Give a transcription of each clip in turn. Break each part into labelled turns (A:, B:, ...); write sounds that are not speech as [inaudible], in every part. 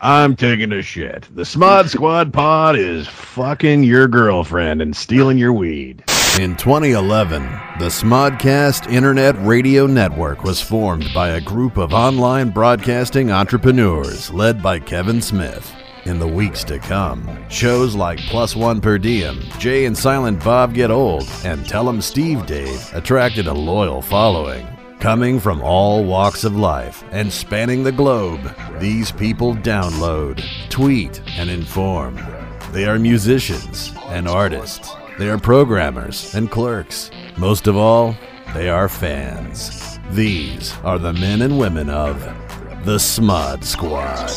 A: I'm taking a shit. The Smod Squad pod is fucking your girlfriend and stealing your weed.
B: In 2011, the Smodcast Internet Radio Network was formed by a group of online broadcasting entrepreneurs led by Kevin Smith. In the weeks to come, shows like Plus One Per Diem, Jay and Silent Bob Get Old, and Tell 'em Steve Dave attracted a loyal following. Coming from all walks of life and spanning the globe, these people download, tweet, and inform. They are musicians and artists. They are programmers and clerks. Most of all, they are fans. These are the men and women of the Smod Squad.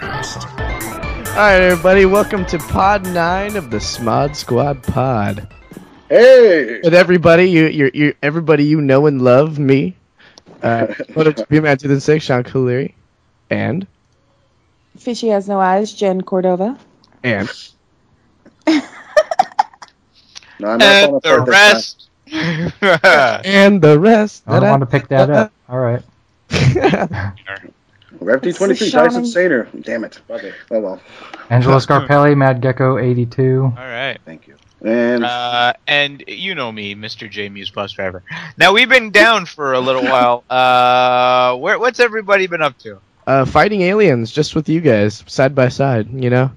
C: All right, everybody, welcome to Pod Nine of the Smod Squad Pod.
D: Hey,
C: With everybody you, you, you, everybody you know and love, me, uh, what up to be man two thousand six, Sean Colery, and
E: Fishy has no eyes, Jen Cordova.
C: and
D: no, I'm not
F: and
D: going
F: the rest.
D: [laughs]
C: and the rest.
G: I don't want to pick that
C: [laughs]
G: up. All
H: [laughs]
G: right.
D: Rev D twenty three,
E: It's the
D: Tyson
E: shaman.
D: Sater. Damn it. Okay. Oh well,
G: Angelo Scarpelli, Mad Gecko 82.
F: All right.
D: thank you. And
F: Uh, and you know me, Mr. J Muse bus driver. Now we've been down for a
D: [laughs]
F: little while. Uh, where, what's everybody been up to?
C: uh, fighting aliens just with you guys side by side. You know,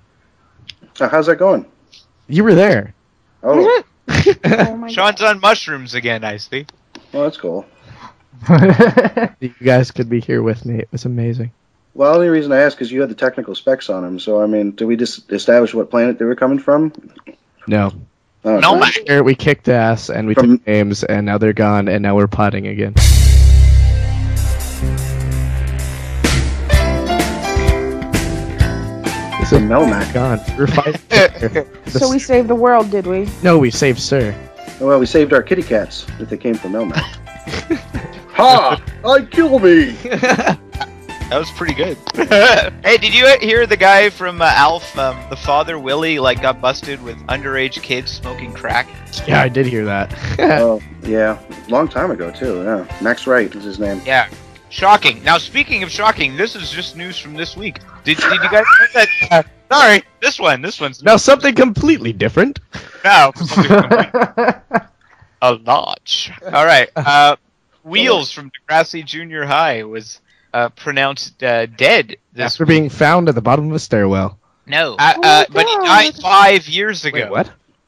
D: uh, how's that going?
C: you were there.
D: [laughs] Oh,
E: Oh
F: [laughs]
E: my
F: Sean's
E: God.
F: on mushrooms again. I see.
D: well, that's cool.
C: You guys could be here with me. It was amazing.
D: Well, the only reason I ask is you had the technical specs on them. So I mean, did we just establish what planet they were coming from?
C: No,
D: Oh,
F: No,
D: nice.
F: man.
C: Here, we kicked ass and we
D: From-
C: took names, and now they're gone, and now we're potting again. It's a
D: No, Mac.
C: gone. We're
F: [laughs]
C: fighting. the
E: So we saved the world, did we?
C: no, we saved Sir.
D: Well, we saved our kitty cats if they came from Melmac. ha! I kill me.
F: That was pretty good. [laughs] hey, did you hear the guy from uh, Alf, um, the father Willie, like got busted with underage kids smoking crack?
C: [laughs] Yeah, I did hear that. [laughs]
D: Oh yeah, long time ago too. Yeah, Max Wright is his name.
F: Yeah. Shocking. Now, speaking of shocking, this is just news from this week. Did, did you guys hear that? sorry, this one. This one's
C: now something completely different.
F: now.
C: [laughs]
F: a notch. All right. Uh, Wheels from Degrassi Junior High was uh, pronounced uh, dead this
C: After being found at the bottom of a stairwell. [laughs]
F: no,
C: Oh
F: uh, uh, but he
E: God.
F: died five years ago.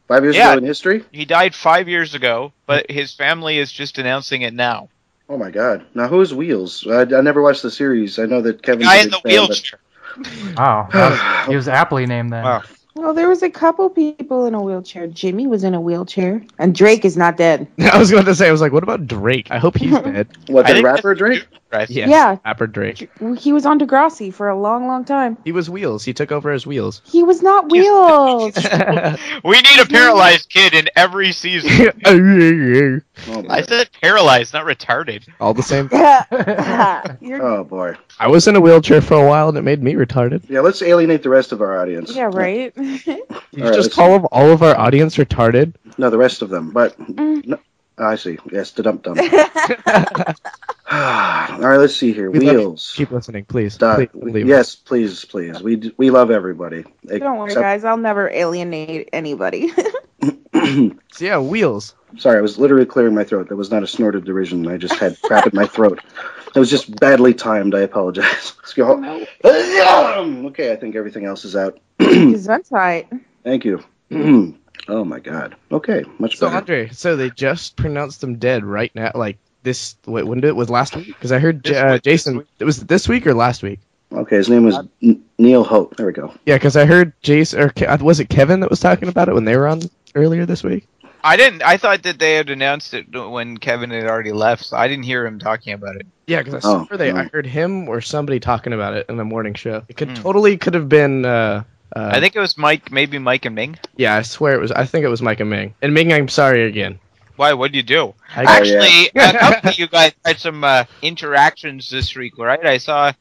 D: Five years
F: Yeah.
D: ago in history.
F: He died five years ago, but his family is just announcing
C: [laughs]
F: it now.
D: Oh my God! Now who's Wheels? I, I never watched the series. I know that Kevin.
F: Guy in the wheelchair.
G: Wow. that was-
H: [laughs]
G: He was aptly named then.
F: Wow.
E: Well, there was a couple people in a wheelchair. Jimmy was in a wheelchair, and Drake is not dead.
C: I was going to say, I was like, what about Drake? I
F: [laughs]
C: hope he's dead.
D: What
F: I
D: the
F: think
D: rapper
F: that's-
D: Drake?
F: Right.
C: Yes,
E: Yeah.
C: Rapper Drake.
E: He was on Degrassi for a long, long time.
C: He was Wheels. He took over as Wheels.
E: He was [laughs] not wheels.
F: We need a paralyzed kid in
C: [laughs]
F: every season.
D: Oh, boy.
F: I said paralyzed,
C: [laughs]
F: not retarded.
C: All the same.
E: Yeah. You're,
D: oh boy.
C: I was in a wheelchair for a while and it made me retarded.
D: Yeah, let's alienate the rest of our audience.
E: yeah,
D: [laughs]
E: right.
C: You
D: All right,
C: just
D: let's-
C: call of all of our audience retarded.
D: No, the rest of them. But
E: Mm.
D: no, I see. Yes, the dump
E: [laughs]
D: dump. All right, let's see here.
C: We love you.
D: Wheels.
C: Keep listening, please.
D: Dot.
C: please don't leave us.
D: yes, please, please. We d- we love everybody.
E: Don't worry,
D: Except-
E: guys. I'll never alienate anybody. [laughs]
D: [clears throat]
C: So, yeah, wheels.
D: Sorry, I was literally clearing my throat. That was not a snort of derision. I just had crap in my throat. It was just badly timed. I apologize. [laughs] Let's go. okay, I think everything else is out.
E: Gesundheit.
D: Thank you. oh my God. Okay, much
C: So
D: better.
C: Andre, so they just pronounced them dead right now. Like this. Wait, when did it was last week? Because I heard J-
F: This
C: uh,
F: week, this
C: Jason.
F: week.
C: It was this week or last week?
D: Okay, his name was
E: Uh,
D: N- Neil Hope. There we go.
C: Yeah, because I heard Jason or Ke- uh, was it Kevin that was talking about it when they were on earlier this week?
F: I didn't. I thought that they had announced it when Kevin had already left, so I didn't hear him talking about it.
C: Yeah, because I
D: Oh,
C: swear they, I
D: no.
C: heard him or somebody talking about it in the morning show. It could
F: Hmm.
C: totally could have been. Uh, uh,
F: I think it was Mike, maybe Mike and Ming.
C: Yeah, I swear it was. I think it was Mike and Ming. And Ming, I'm sorry again.
F: Why? What'd you do?
C: I
D: yeah.
F: Actually, [laughs] a couple of you guys had some uh, interactions this week, right? I saw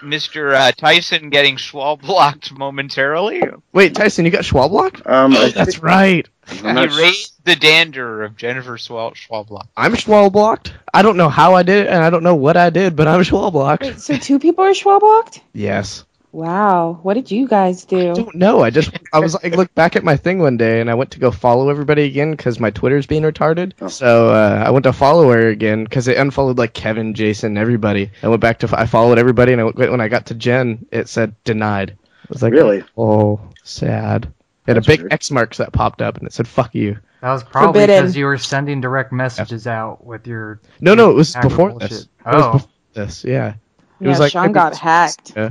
F: Mr. Uh, Tyson getting schwab blocked momentarily.
C: Wait, Tyson, you got Schwab blocked?
D: Um, I
C: Oh, That's right.
D: think- I'm
F: And he
D: not sure.
F: raised the dander of Jennifer Schwab Schwablock.
C: I'm Schwab blocked. I don't know how I did it, and I don't know what I did, but I'm Schwab blocked.
E: Wait, so two people are schwab walked?
C: Yes.
E: Wow. What did you guys
C: I
E: do?
C: don't know. I just I was like looked back at my thing one day, and I went to go follow everybody again because my Twitter's being retarded.
D: Oh.
C: So uh, I went to follow her again because it unfollowed like Kevin, Jason, everybody. I went back to I followed everybody, and I, went- when I got to Jen, it said denied. I was like,
D: Really?
C: Oh, sad. It had a
D: That's
C: big
D: weird.
C: X marks that popped up, and it said "fuck you."
G: That was probably
E: Forbidden.
G: because you were sending direct messages out with your.
C: No, no, it was
G: hacker
C: before
G: bullshit.
C: this. It was
G: Oh,
C: before this, yeah. It
E: yeah,
C: was like-
E: Sean got hacked.
C: [laughs]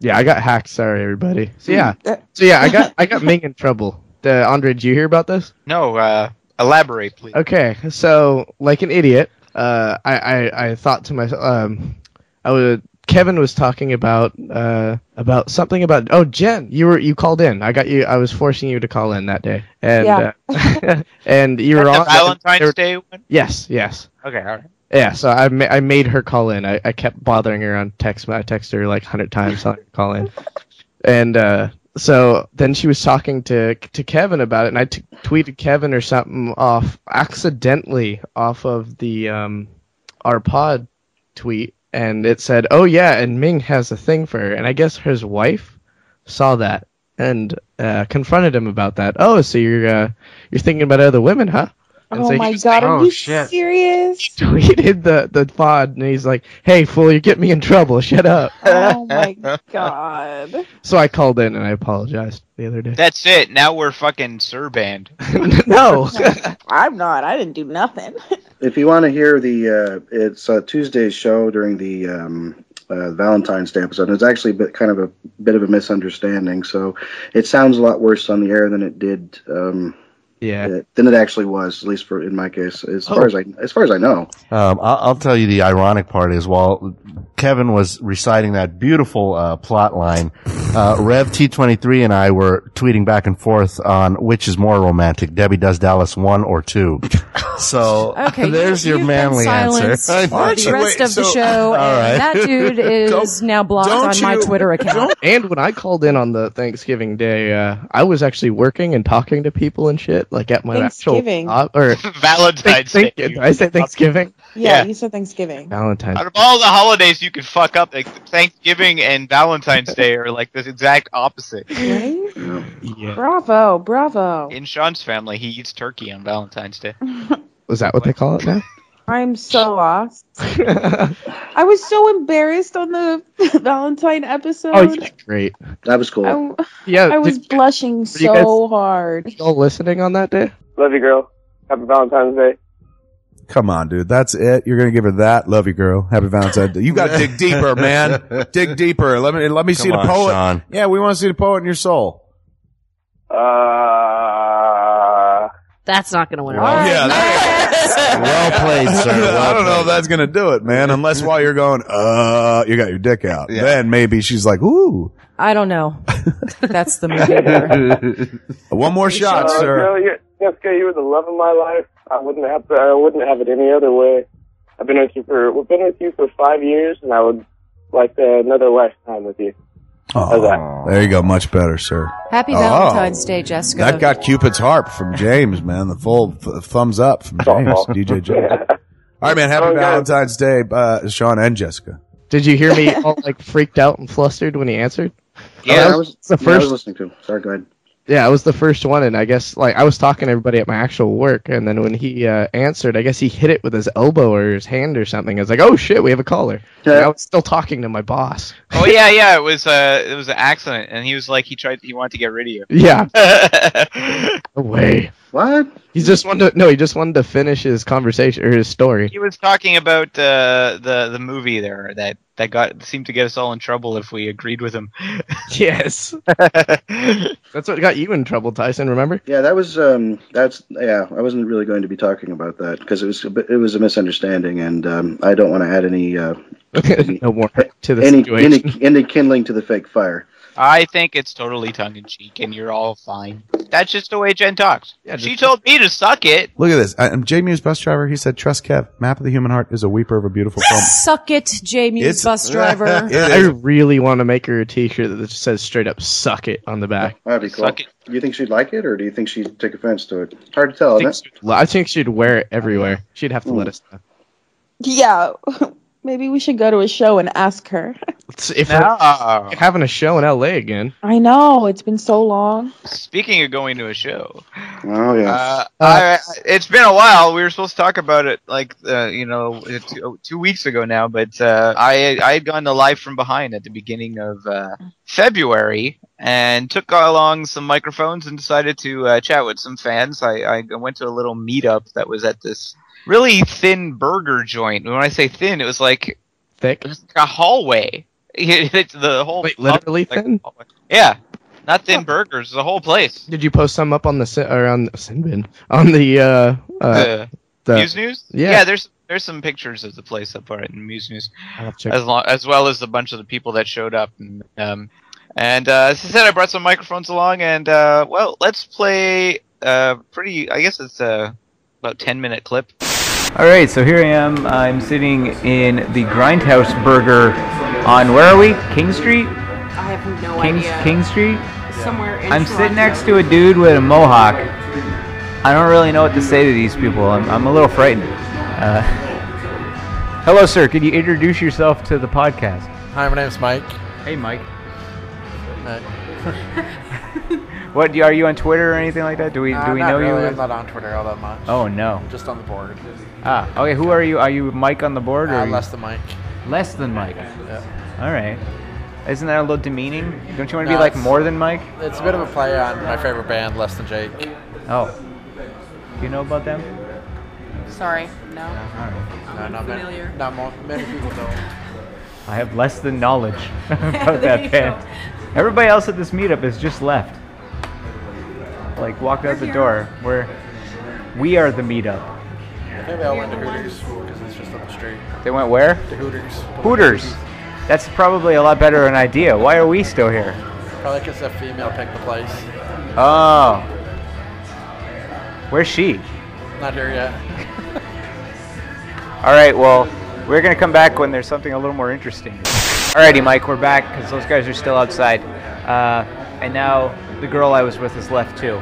C: Yeah, I got hacked. Sorry, everybody. So
D: Hmm.
C: yeah,
E: Uh,
C: so yeah, I got I got Ming in trouble. Uh, Andre, did you hear about this?
F: No, uh, elaborate, please.
C: Okay, so like an idiot, uh, I, I I thought to myself, um, I was Kevin was talking about uh about something about oh Jen, you were you called in. I got you. I was forcing you to call in that day, and
E: Yeah.
C: uh, [laughs] and you were
F: The
C: on
F: Valentine's Day one?
C: Yes, yes.
F: Okay, all right.
C: Yeah, so I, ma- I made her call in. I, I kept bothering her on text. I texted her like 100 times, telling her to call in. And uh, so then she was talking to to Kevin about it, and I t- tweeted Kevin or something off accidentally off of the um, our pod tweet, and it said, "Oh yeah, and Ming has a thing for her," and I guess his wife saw that and uh, confronted him about that. Oh, so you're uh, you're thinking about other women, huh? And
E: oh
C: so he
E: my
C: was
E: god, are
G: Oh,
E: you
G: shit.
E: serious?
C: [laughs] tweeted the the pod and he's like, "Hey fool, you get me in trouble. Shut up."
E: [laughs] Oh my god.
C: So I called in and I apologized the
F: [laughs]
C: other day.
F: That's it. Now we're fucking Sir banned.
C: no,
E: [laughs] I'm not. I didn't do nothing.
D: If you want to hear the, uh, it's uh, Tuesday's show during the um, uh, Valentine's Day episode. It's actually a bit, kind of a bit of a misunderstanding, so it sounds a lot worse on the air than it did um,
C: yeah,
D: uh, than it actually was. At least for in my case, as
C: Oh.
D: far as I as far as I know.
I: Um, I'll, I'll tell you the ironic part is while Kevin was reciting that beautiful uh, plot line, uh, Rev T23 and I were tweeting back and forth on which is more romantic, Debbie Does Dallas 1 or 2. So
J: Okay,
I: there's
J: you-
I: your
J: you've
I: manly
J: been
I: answer.
J: silenced
I: [laughs] I
J: For
I: know.
J: the rest
K: Wait,
J: of the
K: so- [laughs]
J: show,
I: All
J: and
I: right.
J: that dude is now blocked
K: don't
J: on my
K: you-
J: Twitter
L: [laughs]
J: account.
C: and when I called in on the Thanksgiving day, uh, I was actually working and talking to people and shit, like at my actual
E: Thanksgiving.
C: job- or
F: Valentine's Day.
C: thank, did I say Thanksgiving,
E: Yeah,
F: Yeah.
E: you said Thanksgiving.
C: Valentine's.
F: Out of all the holidays you could fuck up, like Thanksgiving and Valentine's Day are like the exact opposite.
E: Right?
D: Yeah.
C: Yeah.
E: Bravo, bravo.
F: In Sean's family, he eats turkey on Valentine's Day.
C: Was that what they call it now? [laughs]
E: I'm so lost. I was so embarrassed on the [laughs] Valentine episode.
C: oh, you did great.
D: That was cool.
E: Um, I,
C: Yeah,
E: I was
C: did
E: blushing
C: you guys-
E: so hard.
C: you all listening on that day?
M: Love you, girl. Happy Valentine's Day.
K: Come on, dude. That's it. You're gonna give her that. Love you, girl. Happy Valentine's Day. You got
I: [laughs]
K: to dig deeper, man. Dig deeper. Let me let me
I: Come
K: see the
I: on,
K: poet.
I: Sean.
K: Yeah, we want to see the poet in your soul.
M: Uh,
J: That's not going to win.
I: Wow.
K: yeah.
I: Well played, sir. [laughs] Well
K: [laughs] I don't know if
I: played.
K: that's gonna do it, man. Unless while you're going, uh, you got your dick out.
I: Yeah.
K: Then maybe she's
I: [laughs]
K: like, ooh,
J: I don't
L: [laughs]
J: know. That's
K: [laughs]
J: the movie. there.
K: one more shot,
M: uh,
K: sir.
M: Girl, you're, Jessica, you were the love of my life. I wouldn't have to, I wouldn't have it any other way. I've been with you for we've been with you for five years, and I would like uh, another lifetime with you. How's that?
K: There you go. Much better, sir.
J: Happy
K: Oh.
J: Valentine's Day, Jessica.
K: That got Cupid's harp from James, man. The full f- thumbs up from James,
M: Softball.
K: DJ James. All right, man. Happy
M: Okay.
K: Valentine's Day, uh, Sean and Jessica.
C: Did you
E: [laughs]
C: hear me all like freaked out and flustered when he answered?
D: Yeah,
F: Yeah,
D: I was
C: It's the
D: yeah, I was
C: first
D: listening to. Sorry, go ahead.
C: Yeah, I was the first one, and I guess like I was talking to everybody at my actual work, and then when he uh, answered, I guess he hit it with his elbow or his hand or something. I was like, "Oh shit, we have a caller." And I was still talking to my boss.
F: oh yeah, yeah. It was uh, it was an accident, and he was like, he tried, he wanted to get rid of you.
D: [laughs]
F: [laughs]
C: Yeah,
F: he
C: no way.
D: What?
C: He just wanted to, no, he just wanted to finish his conversation or his story.
F: was talking about uh, the the movie there that that got seemed to get us all in trouble if we agreed with him.
C: [laughs]
H: [laughs]
C: Yes, that's what got you in trouble, Tyson. Remember?
D: Yeah, that was um, that's yeah. I wasn't really going to be talking about that because it was a bit, it was a misunderstanding, and um, I don't want to add any uh,
C: no more to the
D: any
C: situation.
D: any any kindling to the fake fire.
H: I think it's totally tongue in cheek, and you're all fine. That's just the way Jen talks. she told me to suck it.
K: Look at this. I, I'm J Muse bus driver. He said, "Trust Kev. Map of the human heart is a weeper of a
L: [laughs]
K: beautiful film."
L: Suck it, J Muse
K: It's- [laughs]
L: bus
H: [laughs]
L: driver.
C: I really want to make her a T-shirt that just says straight up "suck it" on the back.
D: That'd be cool.
C: Suck
D: Do you think she'd like it, or do you think she'd take offense to it? Hard to tell, isn't it?
C: Well, I think she'd wear it everywhere. She'd have to let us know.
E: Yeah, [laughs] maybe we should go to a show and ask her. [laughs]
C: If we're having a show in LA again,
E: I know it's been so long.
H: Speaking of going to a show,
D: Oh yeah.
H: uh, I, it's been a while. We were supposed to talk about it, like uh, you know, two, oh, two weeks ago now. But uh, I I had gone to live from behind at the beginning of uh, February and took along some microphones and decided to uh, chat with some fans. I, I went to a little meetup that was at this really thin burger joint. When I say thin, it was like
C: thick,
H: a hallway. [laughs] It's the whole
C: Wait, literally
H: like, oh.
C: thin?
H: Yeah, not thin burgers. The whole place.
C: Did you post some up on the sin, or on the sin bin on the uh, uh
H: The Muse News?
C: Yeah,
H: there's there's some pictures of the place up part in Muse News,
C: I'll have to check.
H: as long as well as a bunch of the people that showed up. And, um, and uh, as I said, I brought some microphones along, and uh, well, let's play. Uh, pretty, I guess it's uh, about ten minute clip.
F: [laughs] All right, so here I am. I'm sitting in the Grindhouse Burger on where are we? King Street.
L: I have no
F: King King Street.
L: Somewhere in
F: I'm
L: Toronto.
F: sitting next to a dude with a mohawk. I don't really know what to say to these people. I'm, I'm a little frightened. Uh, [laughs] hello, sir. Could you introduce yourself to the podcast?
N: Hi, my name's Mike.
F: Hey, Mike.
N: [laughs] Hi.
F: What do you- are you on Twitter or anything like that? Do we do we know you?
N: I'm Uh, not on Twitter all that much.
F: Oh, no.
N: I'm just on the board.
F: Ah, okay. Who are you? Are you Mike on the board or
N: Uh,
F: are you-
N: less than Mike.
F: Less than Mike. All right. Isn't that a little demeaning? Don't you want to
N: No,
F: be like
N: it's-
F: more than Mike?
N: It's a bit of a play on my favorite band, Less Than Jake.
F: Oh. Do you know about them?
L: Sorry, no.
N: No, not many, not more, many people don't.
F: I have less than knowledge [laughs] about
N: There
F: that
N: you
F: band. Everybody else at this meetup has just left. Like walked out the door. We're we are the meetup.
N: I think they all went to Hooters because it's just up the street.
F: They went where?
N: To Hooters.
F: Hooters. That's probably a lot better an idea. Why are we still here?
N: Probably because a female picked the place.
F: Oh. Where's she?
N: Not here yet.
F: All right, well, we're going to come back when there's something a little more interesting. Alrighty, Mike, we're back because those guys are still outside. Uh, and now the girl I was with has left too.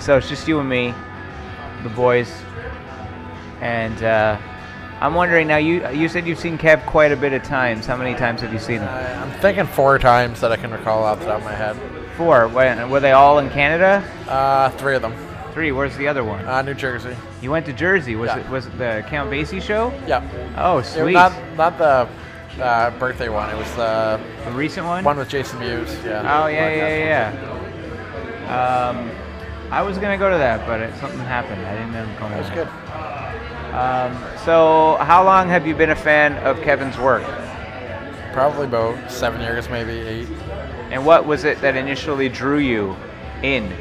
F: So it's just you and me, the boys. And uh, I'm wondering now, you you said you've seen Kev quite a bit of times. How many times have you seen him?
N: Uh, I'm thinking four times that I can recall off the top of my head.
F: Four. Wha- Were they all in Canada?
N: Uh, three of them.
F: Three. Where's the other one?
N: Uh, New Jersey.
F: You went to Jersey. Was
N: Yeah.
F: it was it the Count Basie show?
N: Yeah.
F: Oh,
N: It-
F: sweet.
N: Not, not the uh, birthday one. It was the,
F: the recent one.
N: One with Jason Mewes. Yeah.
F: Oh yeah, yeah, yeah. Um, I was gonna go to that, but it, something happened. I didn't end up going.
N: It was
F: to
N: good.
F: Um, so, how long have you been a fan of Kevin's work?
N: Probably about seven years, maybe eight.
F: And what was it that initially drew you in?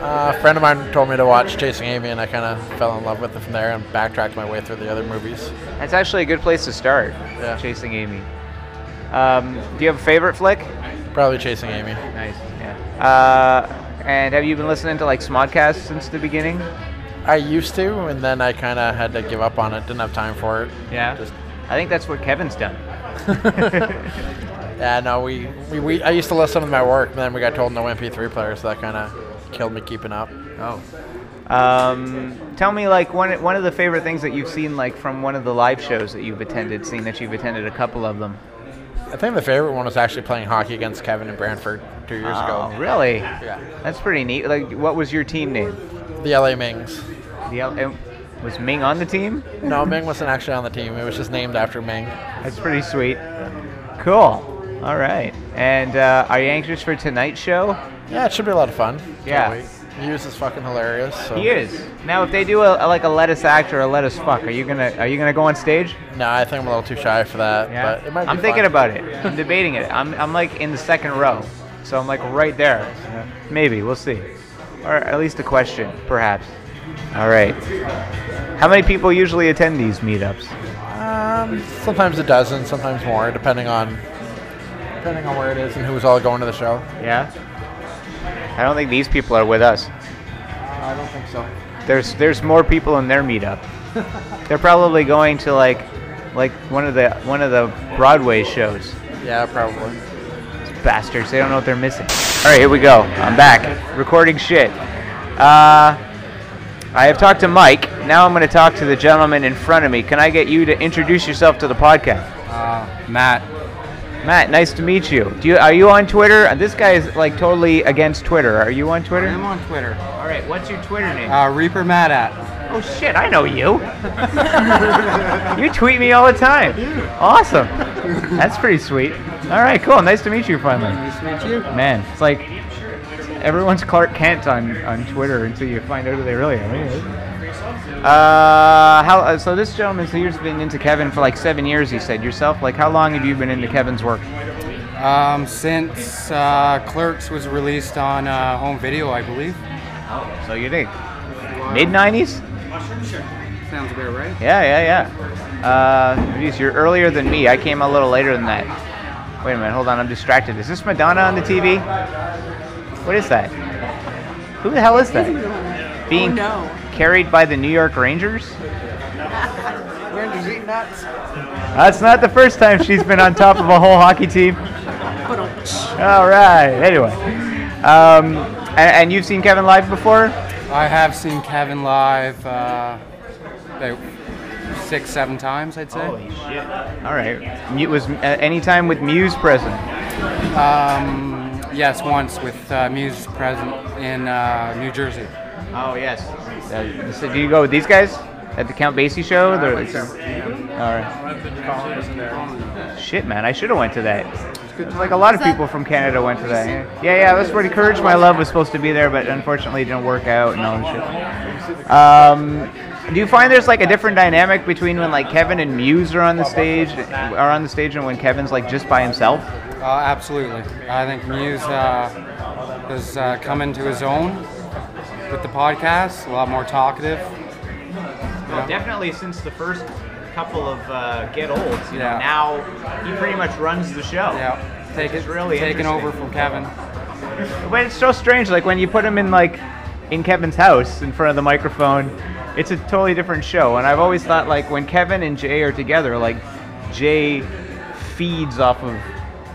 N: Uh, a friend of mine told me to watch Chasing Amy, and I kind of fell in love with it from there and backtracked my way through the other movies.
F: That's actually a good place to start. Chasing Amy. Um, do you have a favorite flick?
N: Probably Chasing Amy.
F: Nice. Yeah. Uh, and have you been listening to like Smodcast since the beginning?
N: I used to, and then I kind of had to give up on it. Didn't have time for it.
F: Yeah. I think that's what Kevin's done.
N: [laughs] Yeah, no, we, we, we I used to listen to my work, and then we got told no MP3 player, so that kind of killed me keeping up.
F: Oh. Um, tell me like one one of the favorite things that you've seen like from one of the live shows that you've attended, seeing that you've attended a couple of them.
N: I think the favorite one was actually playing hockey against Kevin and Branford two years
F: oh,
N: ago.
F: really?
N: Yeah.
F: That's pretty neat. Like, what was your team name?
N: The LA Mings.
F: The L- and was Ming on the team?
N: No, Ming wasn't actually on the team. It was just named after Ming.
F: That's pretty sweet. Cool. All right. And uh, are you anxious for tonight's show?
N: Yeah, it should be a lot of fun. Can't
F: Yeah.
N: wait. Muse is fucking hilarious. So.
F: He is. Now, if they do a, a- like a let us act or a let us fuck, are you gonna are you gonna go on stage?
N: No, I think I'm a little too shy for that.
F: Yeah.
N: But it might be
F: I'm
N: fun.
F: thinking about it. I'm debating it. I'm I'm like in the second row, so I'm like right there. Maybe we'll see, or at least a question, perhaps. All right. How many people usually attend these meetups?
N: Uh, Um, sometimes a dozen, sometimes more, depending on depending on where it is and who's all going to the show.
F: Yeah. I don't think these people are with us.
N: I don't think so.
F: There's there's more people in their meetup. They're probably going to like like one of the one of the Broadway shows.
N: Yeah, probably.
F: Bastards, they don't know what they're missing. All right, here we go. I'm back. Recording shit. Uh I have talked to Mike. Now I'm going to talk to the gentleman in front of me. Can I get you to introduce yourself to the podcast?
O: Uh, Matt.
F: Matt, nice to meet you. Do you are you on Twitter? This guy is like totally against Twitter. Are you on Twitter?
O: I'm on Twitter.
F: All right, what's your Twitter name?
O: Uh, Reaper Matt at.
F: Oh shit, I know you.
J: [laughs]
F: you tweet me all the time. Awesome. That's pretty sweet. All right, cool. Nice to meet you finally.
O: Nice to meet you.
F: Man, it's like everyone's Clark Kent on, on Twitter until you find out who they really are. Uh, how, uh, so this gentleman so he's been into Kevin for like seven years. You said yourself. Like, how long have you been into Kevin's work?
O: Um, since uh, Clerks was released on uh, home video, I believe.
F: Oh, so you think mid '90s?
O: Sounds about right.
F: Yeah, yeah, yeah. Uh, geez, you're earlier than me. I came a little later than that. Wait a minute, hold on. I'm distracted. Is this Madonna on the TV? What is that? Who the hell is that? Being
P: no.
F: carried by the New York Rangers?
P: Randy's eating nuts.
F: That's not the first time she's been on top of a whole hockey team. All right. Anyway, um, and, and you've seen Kevin live before?
O: I have seen Kevin live uh, about six, seven times, I'd say. Holy
F: shit! All right. It was uh, any time with Muse present.
O: Um, yes, once with uh, Muse present in uh, New Jersey.
F: Oh yes. Uh, so do you go with these guys at the Count Basie show? They're- All right. Shit, man! I should have went to that. Like a lot of people from Canada went to that. Yeah, yeah. yeah, That's what Courage My Love was supposed to be there, but unfortunately it didn't work out and all that shit. Um, do you find there's like a different dynamic between when like Kevin and Muse are on the stage, are on the stage, and when Kevin's like just by himself?
O: Uh, absolutely. I think Muse uh, is uh, coming to his own with the podcast. A lot more talkative.
F: Well, definitely since the first couple of uh, Get Olds, you
O: Yeah.
F: know, now he pretty much runs the show.
O: Yeah,
F: take it, really
O: taking
F: interesting.
O: over from Kevin.
F: But it's so strange, like when you put him in like in Kevin's house in front of the microphone, it's a totally different show. And I've always thought like when Kevin and Jay are together, like Jay feeds off of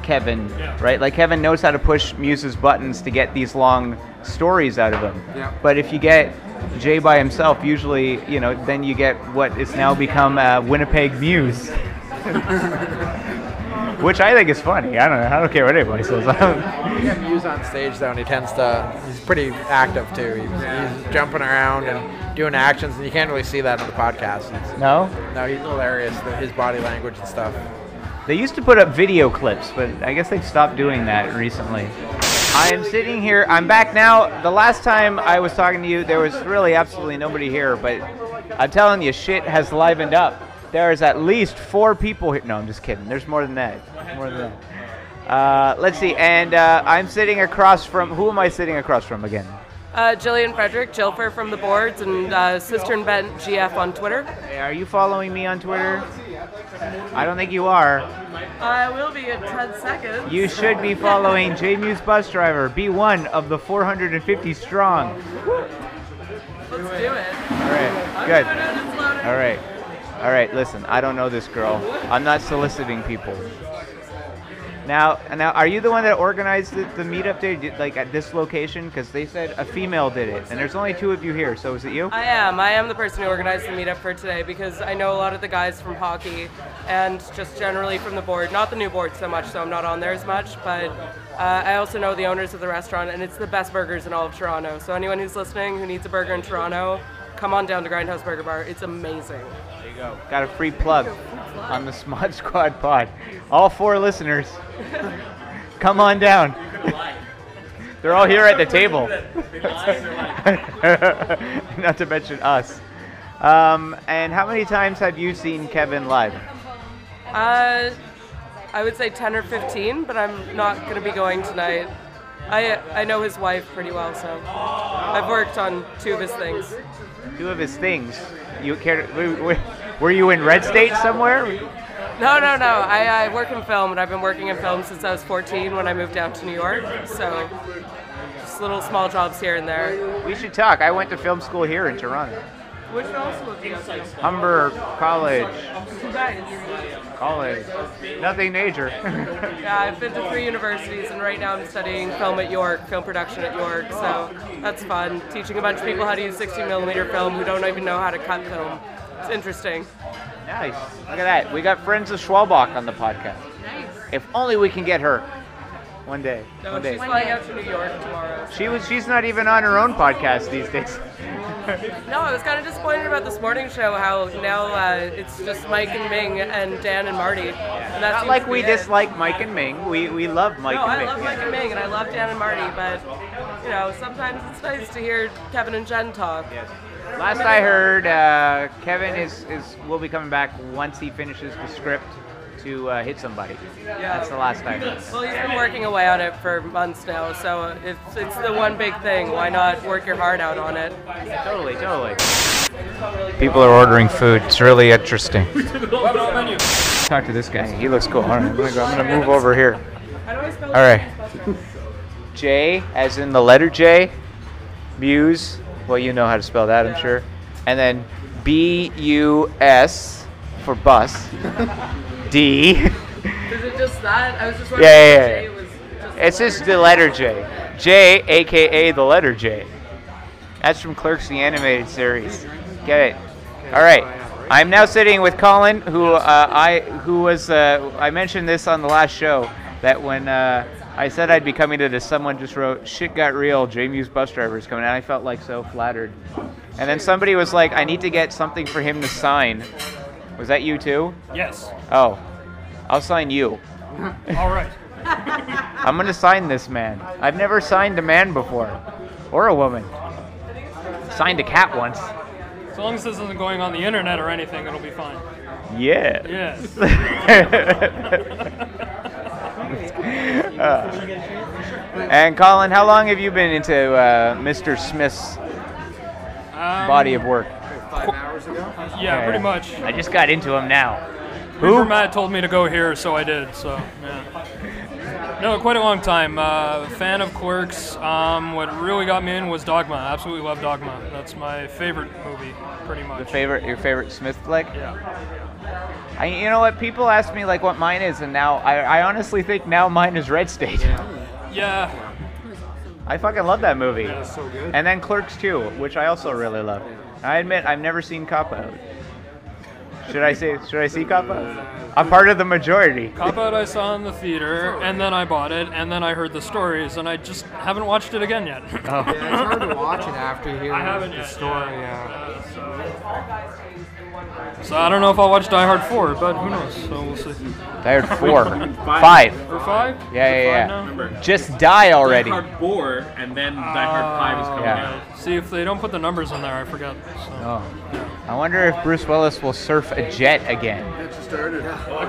F: Kevin, right? Like Kevin knows how to push Muse's buttons to get these long stories out of him.
O: Yeah.
F: But if you get Jay by himself, usually, you know, then you get what is now become uh, Winnipeg Muse,
N: [laughs]
F: which I think is funny. I don't know. I don't care what anybody says. [laughs] I don't-
N: Muse on stage though, and he tends to. He's pretty active too. He's, he's jumping around and doing actions, and you can't really see that on the podcast. It's-
F: No?
N: No, he's hilarious. the- His body language and stuff.
F: They used to put up video clips, but I guess they've stopped doing that recently. I am sitting here. I'm back now. The last time I was talking to you, there was really absolutely nobody here, but I'm telling you, shit has livened up. There is at least four people here. No, I'm just kidding. There's more than that. More than that. Uh, let's see. And uh, I'm sitting across from. Who am I sitting across from again?
Q: Uh, Jillian Frederick, Jilfer from the boards, and uh, Sister and Ben GF on Twitter.
F: are you following me on Twitter? I don't think you are.
Q: Uh, I will be in 10 seconds.
F: You should be following J Muse Bus Driver, be one of the 450 strong.
Q: Let's do it.
F: All right, good. All right, all right. Listen, I don't know this girl. I'm not soliciting people. Now, now, are you the one that organized the, the meetup day, did- like at this location? Because they said a female did it, and there's only two of you here. So is it you?
Q: I am. I am the person who organized the meetup for today because I know a lot of the guys from hockey and just generally from the board. Not the new board so much, so I'm not on there as much, but uh, I also know the owners of the restaurant, and it's the best burgers in all of Toronto. So anyone who's listening who needs a burger in Toronto, come on down to Grindhouse Burger Bar. It's amazing.
F: There you go. Got a free plug on the [laughs] Smod Squad pod. All four listeners, come on down. They're all here at the table. [laughs] Not to mention us. Um, and how many times have you seen Kevin live?
Q: Uh, I would say 10 or 15, but I'm not going to be going tonight. I I know his wife pretty well, so I've worked on two of his things.
F: Two of his things. You care? Were, were- were you in Red State somewhere?
Q: No, no, no. I, I work in film, and I've been working in film since I was 14 when I moved down to New York. So, just little small jobs here and there.
F: We should talk. I went to film school here in Toronto.
Q: Which film school did you go to?
F: Humber College.
Q: You guys.
F: College. Nothing major. [laughs]
Q: Yeah, I've been to three universities, and right now I'm studying film at York, film production at York. So that's fun. Teaching a bunch of people how to use 60 millimeter film who don't even know how to cut film. It's interesting.
F: Nice. Look at that. We got friends of Schwalbach on the podcast.
Q: Nice.
F: If only we can get her one day.
Q: No,
F: one
Q: she's
F: day.
Q: flying out to New York tomorrow.
F: She was. She's not even on her own podcast these days.
Q: No, I was kind of disappointed about this morning show. How now uh, it's just Mike and Ming and Dan and Marty. And that
F: Not
Q: seems
F: like
Q: to
F: we
Q: be it.
F: dislike Mike and Ming. We we love Mike
Q: no,
F: and Ming.
Q: I love Mike and Ming, and I love Dan and Marty, but you know sometimes it's nice to hear Kevin and Jen talk.
F: Last I heard, uh, Kevin is, is will be coming back once he finishes the script to uh, hit somebody. That's the last I heard.
Q: Well, he's been working away on it for months now, so if it's the one big thing, why not work your heart out on it?
F: Totally, totally.
R: People are ordering food. It's really interesting.
F: Talk to this guy. He looks cool. All right, I'm gonna, go, I'm gonna move over here. All right. J, as in the letter J, Muse. Well, you know how to spell that, I'm sure. And then B U S for bus. D.
Q: Is it just that? I was just
F: Yeah,
Q: wondering
F: yeah,
Q: if Jay
F: yeah.
Q: was just
F: It's just the letter J. J, aka the letter J. That's from Clerks the Animated Series. Get it? All right. I'm now sitting with Colin, who uh, I who was uh, I mentioned this on the last show that when uh, I said I'd be coming to this, someone just wrote "Shit got real." J Muse bus driver is coming, and I felt like so flattered. And then somebody was like, "I need to get something for him to sign." Was that you too?
S: Yes.
F: Oh, I'll sign you.
S: [laughs] All right.
F: I'm gonna sign this man. I've never signed a man before, or a woman. Signed a cat once.
S: As long as this isn't going on the internet or anything, it'll be fine.
F: Yeah. [laughs]
S: Yes.
F: Uh, and Colin, how long have you been into uh, Mr. Smith's [laughs] body of work?
S: Five hours ago?
F: Okay.
S: Yeah, pretty much.
F: I just got into him now.
S: Reaper
F: Who?
S: Matt told me to go here, so I did. So yeah. No, quite a long time. Uh, fan of Quirks. Um, what really got me in was Dogma. Absolutely love Dogma. That's my favorite movie, pretty much.
F: Your favorite, your favorite Smith flick?
S: Yeah.
F: I, you know what? People ask me like what mine is, and now I, I honestly think now mine is Red State.
S: Yeah.
F: I fucking love that movie.
S: Yeah, it's so good.
F: And then Clerks 2, which I also really love. I admit I've never seen Cop Out. Should I say should I see Cop Out? I'm part of the majority.
S: Cop Out I saw in the theater, and then I bought it, and then I heard the stories, and I just haven't watched it again yet.
F: Oh. Yeah,
P: it's hard to watch it after hearing
S: [laughs] I haven't
P: the
S: yet,
P: story,
S: yeah. so. So I don't know if I'll watch Die Hard 4, but who knows? So we'll see. [laughs]
F: Die Hard 4. Five.
S: Or 5?
F: Yeah, yeah, yeah.
S: Five now?
F: Just die already.
S: Die Hard
T: 4, and then Die Hard 5 is coming
F: Yeah.
S: out. See, if they don't put the numbers in there, I forget. So.
F: Oh. I wonder if Bruce Willis will surf a jet again.
T: Get you started. Oh,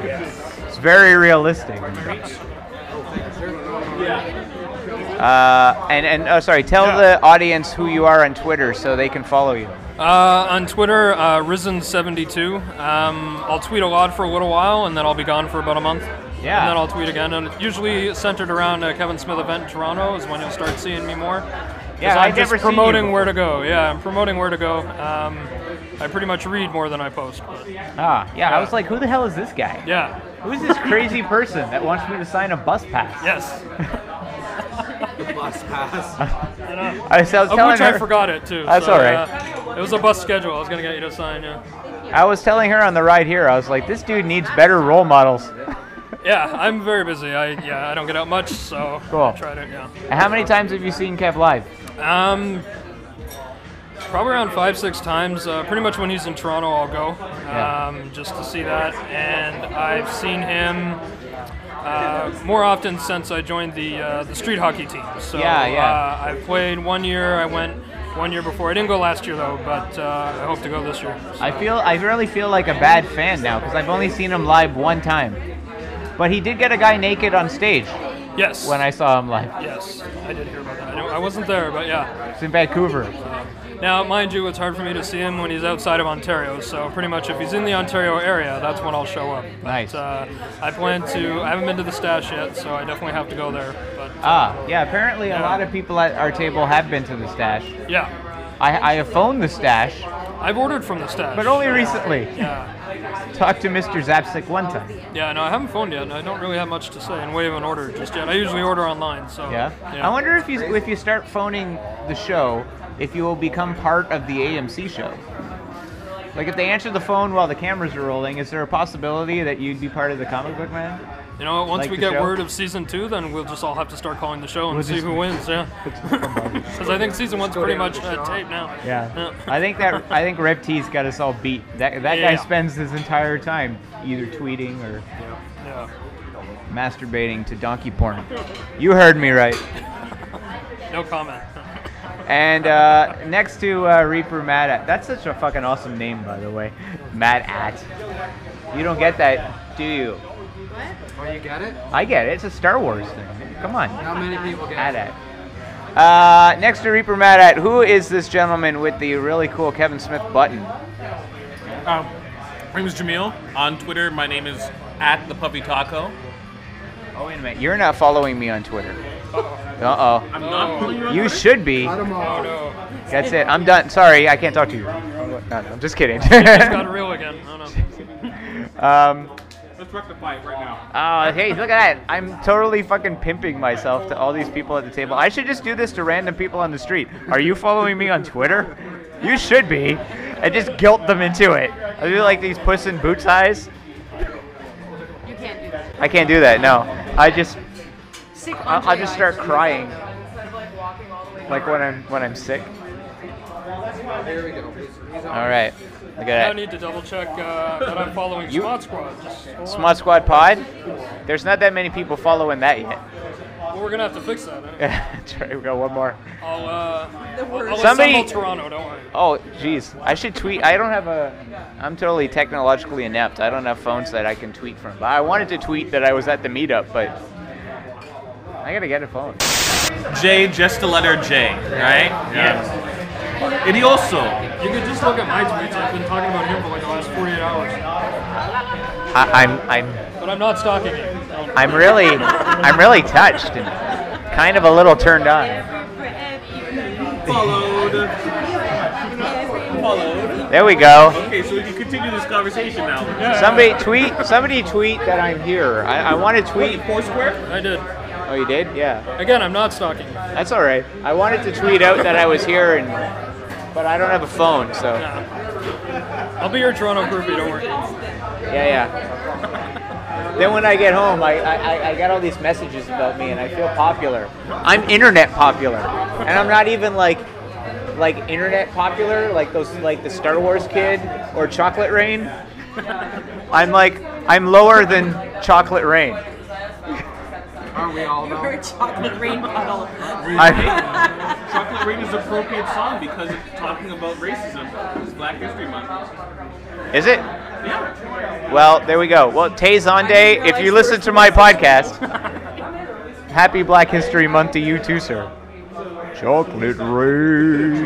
F: It's very realistic. Uh, and and oh, sorry, tell the audience who you are on Twitter so they can follow you.
S: Uh, on Twitter, uh, Risen72. Um, I'll tweet a lot for a little while, and then I'll be gone for about a month.
F: Yeah.
S: And then I'll tweet again. And it's usually centered around a Kevin Smith event in Toronto is when you'll start seeing me more. 'Cause
F: Yeah,
S: I'm
F: I've
S: just
F: never seen you
S: promoting
F: before.
S: where to go. Yeah, I'm promoting where to go. Um, I pretty much read more than I post.
F: Ah, yeah, I was like, who the hell is this guy?
S: Yeah.
F: Who's this crazy person that wants me to sign a bus pass?
S: Yes.
P: The bus
F: [laughs]
P: pass.
F: I was- I was
S: of
F: telling
S: which
F: her-
S: I forgot it too.
F: That's
S: so,
F: all right.
S: uh, it was a bus schedule. I was gonna get you to sign. Yeah.
F: I was telling her on the ride here, I was like, this dude needs better role models.
S: Yeah, I'm very busy. I yeah, I don't get out much, so
F: Cool.
S: I try to yeah.
F: And How many times have you seen Kev live?
S: Um, probably around five, six times. Uh, pretty much when he's in Toronto, I'll go
F: Yeah.
S: um, just to see that. And I've seen him uh, more often since I joined the uh, the street hockey team. So
F: Yeah, yeah.
S: Uh, I played one year. I went one year before. I didn't go last year though, but uh, I hope to go this year.
F: I feel I really feel like a bad fan now because I've only seen him live one time. But he did get a guy naked on stage.
S: Yes.
F: When I saw him live.
S: Yes, I did hear about that. I, know, I wasn't there, but yeah.
F: It's in Vancouver.
S: Now, mind you, it's hard for me to see him when he's outside of Ontario. So pretty much, if he's in the Ontario area, that's when I'll show up.
F: Nice.
S: But, uh, I plan to. I haven't been to the stash yet, so I definitely have to go there. But
F: Ah, yeah. Apparently, a
S: Yeah.
F: lot of people at our table have been to the stash.
S: yeah,
F: I, I have phoned the stash,
S: I've ordered from the stash,
F: but only recently.
S: Yeah.
F: Talked to Mr. Zapsik one time.
S: Yeah, no, I haven't phoned yet, and I don't really have much to say in way of an order just yet. I usually order online, so
F: Yeah. I wonder if you if you start phoning the show, if you will become part of the AMC show. Like if they answer the phone while the cameras are rolling, is there a possibility that you'd be part of the comic book man?
S: You know, what, once
F: Like
S: we
F: the
S: get
F: show?
S: word of season two, then we'll just all have to start calling the show and
F: We'll
S: see
F: just-
S: who wins.
F: [laughs]
S: Yeah, because I think season one's pretty much uh, taped now.
F: Yeah. I think that I think Rev T's got us all beat. That that guy
S: Yeah.
F: spends his entire time either tweeting or
S: Yeah.
F: masturbating to donkey porn. You heard me right.
S: [laughs] No comment.
F: And uh, next to uh, Reaper Mad At. That's such a fucking awesome name, by the way. Mad At. You don't get that, do you?
O: Oh, you get it?
F: I get it. It's a Star Wars thing. Come on.
O: How many people get
F: Mad
O: it?
F: At. Uh, next to Reaper Mad At, who is this gentleman with the really cool Kevin Smith button?
T: Um, my name is Jamil. On Twitter, my name is at the Puppy Taco.
F: Oh, wait a minute. You're not following me on Twitter. Uh oh.
T: I'm not following you on
F: You
T: Twitter?
F: should be.
T: Cut 'em off. Oh, no.
F: That's it. I'm done. Sorry, I can't talk to you. No, no, I'm just kidding.
S: It just
F: [laughs]
S: got real again. I don't know.
F: um,
T: Let's rectify it right now.
F: Oh, hey, look at that. I'm totally fucking pimping myself to all these people at the table. I should just do this to random people on the street. Are you following me on Twitter? You should be. And just guilt them into it. I do like these puss in boots eyes.
L: You can't do that.
F: I can't do that, no. I just
L: Sick
F: I'll- I'll just start crying.
L: Instead of like walking all the way.
F: like when I'm when I'm sick.
O: There we go. He's on.
F: All right. Look
S: I
F: at
S: don't need to double check uh, that I'm following
F: You-
S: Smod Squad. Just hold on.
F: that. Smart Squad Pod. There's not that many people following that yet. [laughs]
S: Well, we're gonna have to fix that. huh?
F: Sorry, we got one more.
S: I'll uh,
L: The
S: I'll,
L: worst.
S: I'll
F: Somebody-
S: assemble Toronto. Don't worry.
F: Oh, jeez. I should tweet. I don't have a. I'm totally technologically inept. I don't have phones that I can tweet from. But I wanted to tweet that I was at the meetup, but I gotta get a phone.
T: J, just the letter J, right? Yeah. And he also.
S: You could just look at my tweets. I've been talking about him for like the last 48 hours.
F: I, I'm I'm
S: But I'm not stalking you.
F: I'm really I'm really touched and kind of a little turned on.
T: Followed. Followed.
F: There we go.
T: Okay, so we can continue this conversation now.
F: Somebody tweet. Somebody tweet that I'm here. I, I want to tweet.
T: Foursquare?
S: I did.
F: Oh, you did? Yeah.
S: Again, I'm not stalking. you.
F: That's all right. I wanted to tweet out that I was here, and but I don't have a phone, so
S: I'll be your Toronto groupie. Don't worry.
F: yeah, yeah. Then when I get home, I, I, I- I got all these messages about me, and I feel popular. I'm internet popular, and I'm not even like like internet popular, like those like the Star Wars kid or Chocolate Rain. I'm like I'm lower than Chocolate Rain.
O: Aren't we all
L: You're a chocolate rain puddle.
F: I-
T: Chocolate Rain is an appropriate song because it's talking about racism. It's Black History Month.
F: Is it? Well, there we go. Well, Tay Zonday, if you listen to my podcast, happy Black History Month to you too, sir. Chocolate rain.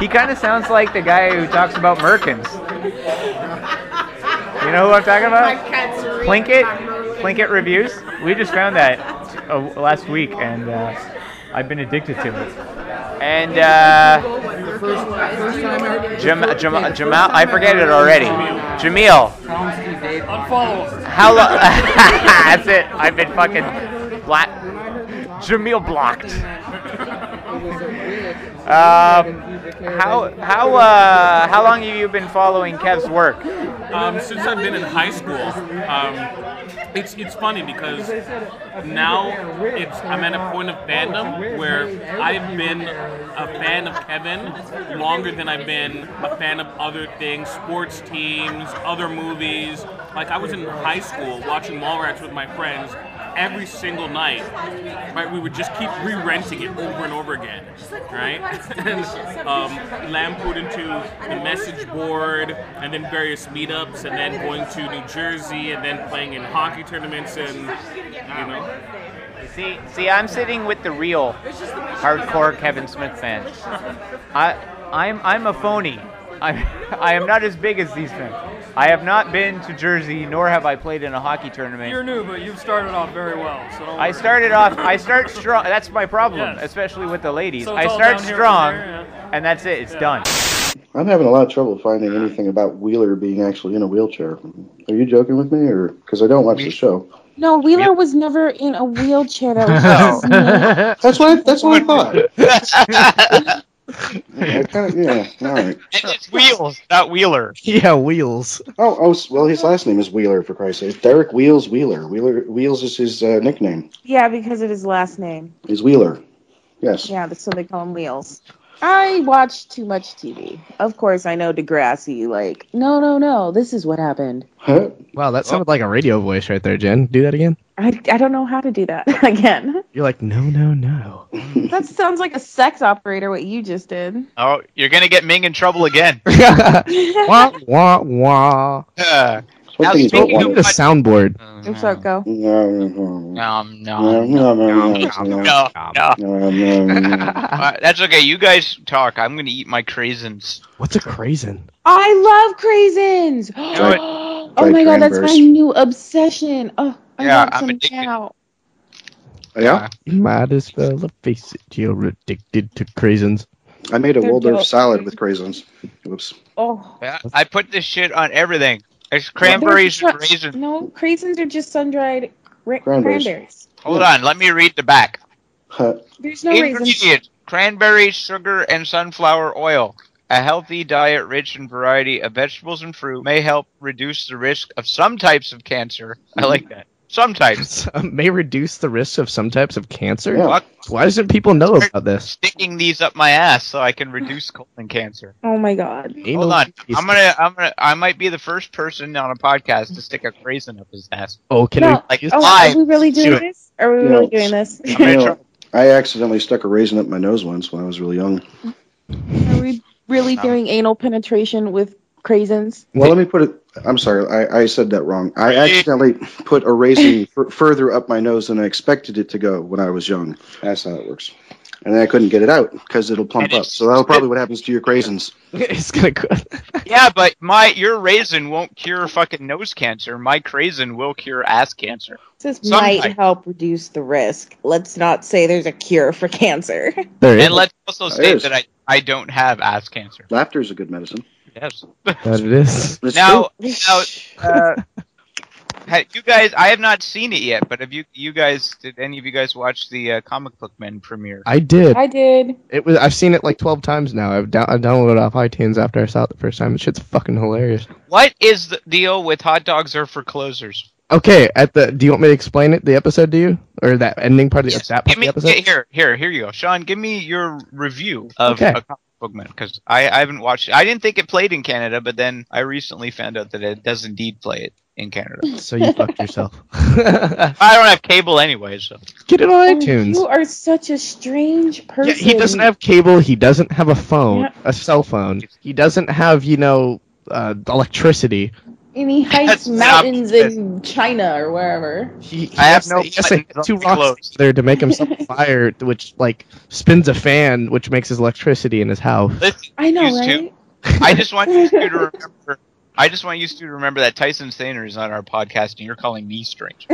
F: He kind of sounds like the guy who talks about Merkins. You know who I'm talking about? Plinkett? Plinkett Reviews? We just found that uh, last week, and uh, I've been addicted to it. And uh, Jam- Jam- Jamal, I forget it already. Jamil,
S: Unfollow him.
F: how
P: [laughs]
F: long? That's it. I've been fucking black. Jamil blocked. Um, how how uh, how long have you been following Kev's work?
T: Um, since I've been in high school, um, it's it's funny because now it's I'm at a point of fandom where I've been a fan of Kevin longer than I've been a fan of other things, sports teams, other movies. Like I was in high school watching Mallrats with my friends, every single night, right? We would just keep re-renting it over and over again, [laughs] right? And um, Lampooned into the message board, and then various meetups, and then going to New Jersey, and then playing in hockey tournaments, and you know.
P: See, see, I'm sitting with the real hardcore Kevin Smith fan. I, I'm, I'm a phony. I, I am not as big as these men. I have not been to Jersey, nor have I played in a hockey tournament.
S: You're new, but you've started off very well. So don't
P: I
S: worry.
P: started off. I start strong. That's my problem,
S: Yes.
P: especially with the ladies.
S: So it's
P: I
S: all
P: start
S: down here from
P: strong,
S: there,
P: and that's it. It's done.
D: I'm having a lot of trouble finding anything about Wheeler being actually in a wheelchair. Are you joking with me, or because I don't watch the show?
E: No, Wheeler was never in a
D: [laughs]
E: wheelchair. That was just his name.
D: that's what I, that's what I thought. I kinda, yeah, all right.
F: It's wheels, not Wheeler.
C: Yeah, Wheels.
D: Oh, oh, s- well, his last name is Wheeler for Christ's sake. Derek Wheels Wheeler. Wheeler Wheels is his uh, nickname.
E: Yeah, because of his last name.
D: Is Wheeler. Yes.
E: Yeah, so they call him Wheels. I watch too much TV. Of course, I know Degrassi.
A: [laughs]
E: Like, no, no, no. This is what happened.
C: Wow, that
H: Oh.
C: sounded like a radio voice right there, Jen. Do that again.
E: I, I don't know how to do that [laughs] again.
C: You're like, no, no, no.
E: That sounds like a sex operator. What you just did.
F: Oh, you're gonna get Ming in trouble again.
C: [laughs] wah, wah, wah.
F: Uh,
C: Now,
F: thing is
C: speaking
F: what-
C: of the soundboard.
E: I'm sorry, go.
F: um, no.
D: No.
F: [laughs] Uh, that's okay. You guys talk. I'm gonna eat my craisins.
C: What's a crazen?
E: I love craisins. [gasps] oh my god, that's my
F: cranberries.
E: new obsession. Oh, I
C: Yeah,
E: want
C: I'm
E: some
C: addicted.
E: now.
D: Yeah.
C: You might as well face it. You're addicted to crazins.
D: I made a
F: They're
D: Waldorf
F: dope.
D: salad with craisins. Whoops.
E: Oh.
F: Yeah, I put this shit on everything. It's cranberries and raisins.
E: No, craisins are just sun dried ra-
F: Cranberries.
E: cranberries.
F: Hold on, let me read the back.
E: There's no raisins.
F: Ingredients: cranberry, sugar, and sunflower oil. A healthy diet rich in variety of vegetables and fruit may help reduce the risk of some types of cancer. I like that.
C: [laughs]
F: Some types.
C: [laughs] May reduce the risk of some types of cancer.
F: Yeah.
C: Why doesn't people know about this?
F: Sticking these up my ass so I can reduce colon cancer.
E: Oh my god.
F: Hold on. I'm gonna I'm gonna I might be the first person on a podcast to stick a craisin up his ass.
C: Oh, can
E: no.
F: Like
E: oh,
F: live.
E: are we really doing
F: Do it.
E: this? Are we
D: You
E: really
D: know,
E: doing this?
A: [laughs]
D: You know, I accidentally stuck a raisin up my nose once when I was really young.
E: Are we really doing anal penetration with craisins?
D: Well, let me put it. I'm sorry, I, I said that wrong. I accidentally put a raisin f- further up my nose than I expected it to go when I was young. That's how it works. And then I couldn't get it out because it'll plump up. So that's probably what happens to your craisins.
C: it's gonna.
F: Yeah, but my your raisin won't cure fucking nose cancer. My craisin will cure ass cancer.
E: This
F: Some
E: might
F: type.
E: help reduce the risk. Let's not say there's a cure for [laughs] cancer.
F: and let's also
D: There
F: state
D: is.
F: that I, I don't have ass cancer.
D: Laughter is a good medicine.
F: Yes.
C: That it is.
F: now, now uh, ha- you guys, I have not seen it yet, but have you you guys did any of you guys watch the uh, Comic Book Men premiere?
C: I did.
E: I did.
C: It was. I've seen it like twelve times now. I've, down, I've downloaded it off iTunes after I saw it the first time. This shit's fucking hilarious.
F: What is the deal with hot dogs are for closers?
C: Okay, at the. Do you want me to explain it? The episode to you, or that ending part of the, that part
F: Give
C: of the
F: me
C: episode?
F: here, here, here you go, Sean. Give me your review of
C: Okay.
F: a comic book man because I, I haven't watched. it. I didn't think it played in Canada, but then I recently found out that it does indeed play it
D: [laughs]
F: in Canada.
C: So you fucked yourself.
F: I don't have cable anyway, so
C: Get it on iTunes.
E: Oh, You are such a strange person.
C: he doesn't have cable. He doesn't have a phone, a cell phone. He doesn't have, you know, uh, electricity.
E: And he hikes
C: not-
E: mountains in China or wherever.
C: I have no. He has to hit two rocks there to make himself [laughs] a fire, which like spins a fan, which makes his electricity in his house.
E: I know,
F: Used to.
E: right?
F: [laughs] I just
E: [laughs]
F: want you two to remember. I just want you two to remember that Tyson Saner is on our podcast, and you're calling me strange.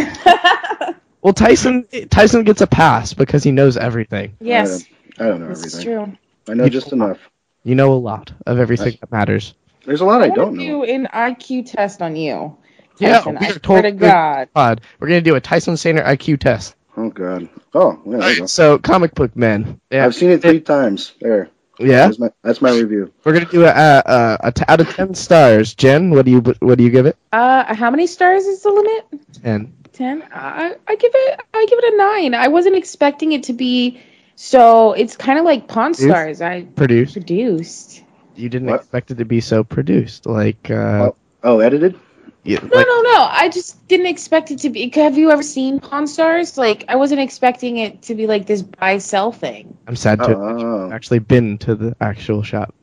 C: Well, Tyson Tyson gets a pass because he knows everything.
E: Yes.
D: I don't, I don't know
E: This is
D: everything.
E: true.
D: I know just enough.
C: You know a lot of everything that matters.
D: There's a lot I
E: wanna
D: don't know.
E: do an IQ test on you.
C: Yeah,
E: Tyson,
C: we
E: I
C: are
E: swear to
C: told-
E: God.
C: Pod. We're gonna do a Tyson Saner IQ test.
D: Oh God. Oh, yeah, there you go.
C: So comic book men. Yeah.
D: I've seen it three times. There.
C: Yeah.
D: That's my, that's my review.
C: We're gonna do a, a, a, a t- out of ten stars. Jen, what do you what do you give it?
E: Uh, how many stars is the limit?
C: Ten.
E: Ten. I, I give it. I give it a nine. I wasn't expecting it to be. So it's kind of like Pawn
C: Produced?
E: Stars. I
C: Produced.
E: produced.
C: You didn't expect it to be so produced, like. Uh,
D: oh, edited.
C: yeah,
E: No, no, no. I just didn't expect it to be. Have you ever seen Pawn Stars? Like, I wasn't expecting it to be like this buy sell thing
C: I'm sad to
D: Oh,
C: have actually been to the actual shop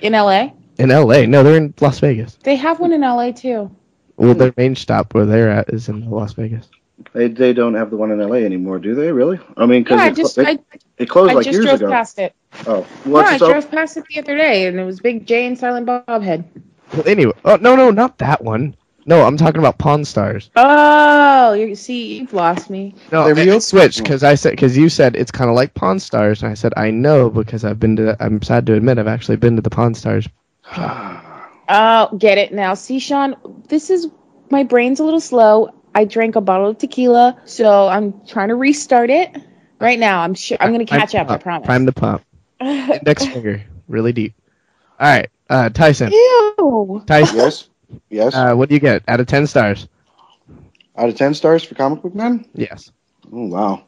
E: in LA.
C: in L.A. No, they're in Las Vegas.
E: They have one in LA too.
C: Well, their main shop where they're at is in Las Vegas.
D: They they don't have the one in LA anymore, do they? Really? I mean, because
E: Yeah, I
D: it, clo-
E: just
D: it,
E: I,
D: it closed
E: I
D: like
E: just
D: years
E: drove
D: ago.
E: past it.
D: Oh,
E: No,
D: well,
E: I
D: it's op-
E: drove past it the other day, and it was Big J and Silent Bob head.
C: Well, anyway, oh no, no, not that one. No, I'm talking about Pawn Stars.
E: Oh, you see, you've lost me.
C: No, they real switched because I said because you said it's kind of like Pawn Stars, and I said I know because I've been to. I'm sad to admit I've actually been to the Pawn Stars.
E: Oh, get it now. See, Sean, this is my brain's a little slow. I drank a bottle of tequila, so I'm trying to restart it right now. I'm sure I'm gonna catch
C: Prime
E: up.
C: the
E: I
C: pump, Prime
E: promise.
C: the pump.
E: [laughs]
C: Index finger, really deep. All right, uh, Tyson.
D: oh.
E: Ew.
C: Tyson.
D: Yes. Yes.
C: Uh, what do you get out of ten stars?
D: out of ten stars for comic book man.
C: Yes.
D: Oh wow.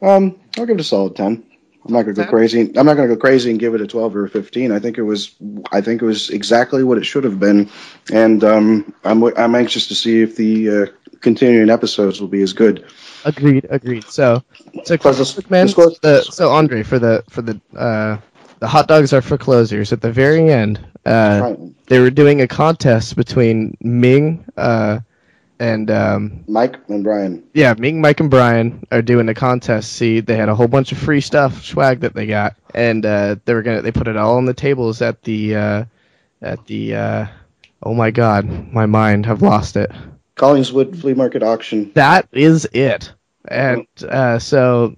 D: Um, I'll give it a solid ten. I'm not gonna go crazy. I'm not gonna go crazy and give it a twelve or a fifteen. I think it was. I think it was exactly what it should have been, and um, I'm I'm anxious to see if the uh, continuing episodes will be as good.
C: Agreed. Agreed. So, so comic man, the, so Andre for the for the uh, the hot dogs are for closers at the very end. Uh, They were doing a contest between Ming uh, and um,
D: Mike and Brian.
C: Yeah, Ming, Mike, and Brian are doing a contest. See, they had a whole bunch of free stuff, swag that they got, and uh, they were gonna they put it all on the tables at the uh, at the uh, oh my god, my mind, I've lost it.
D: Collingswood Flea Market Auction.
C: That is it. And uh, so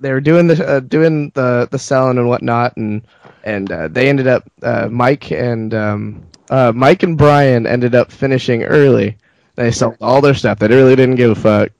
C: they were doing the uh, doing the the selling and whatnot, and and uh, they ended up uh, Mike and um, uh, Mike and Brian ended up finishing early. They sold all their stuff. They really didn't give a fuck.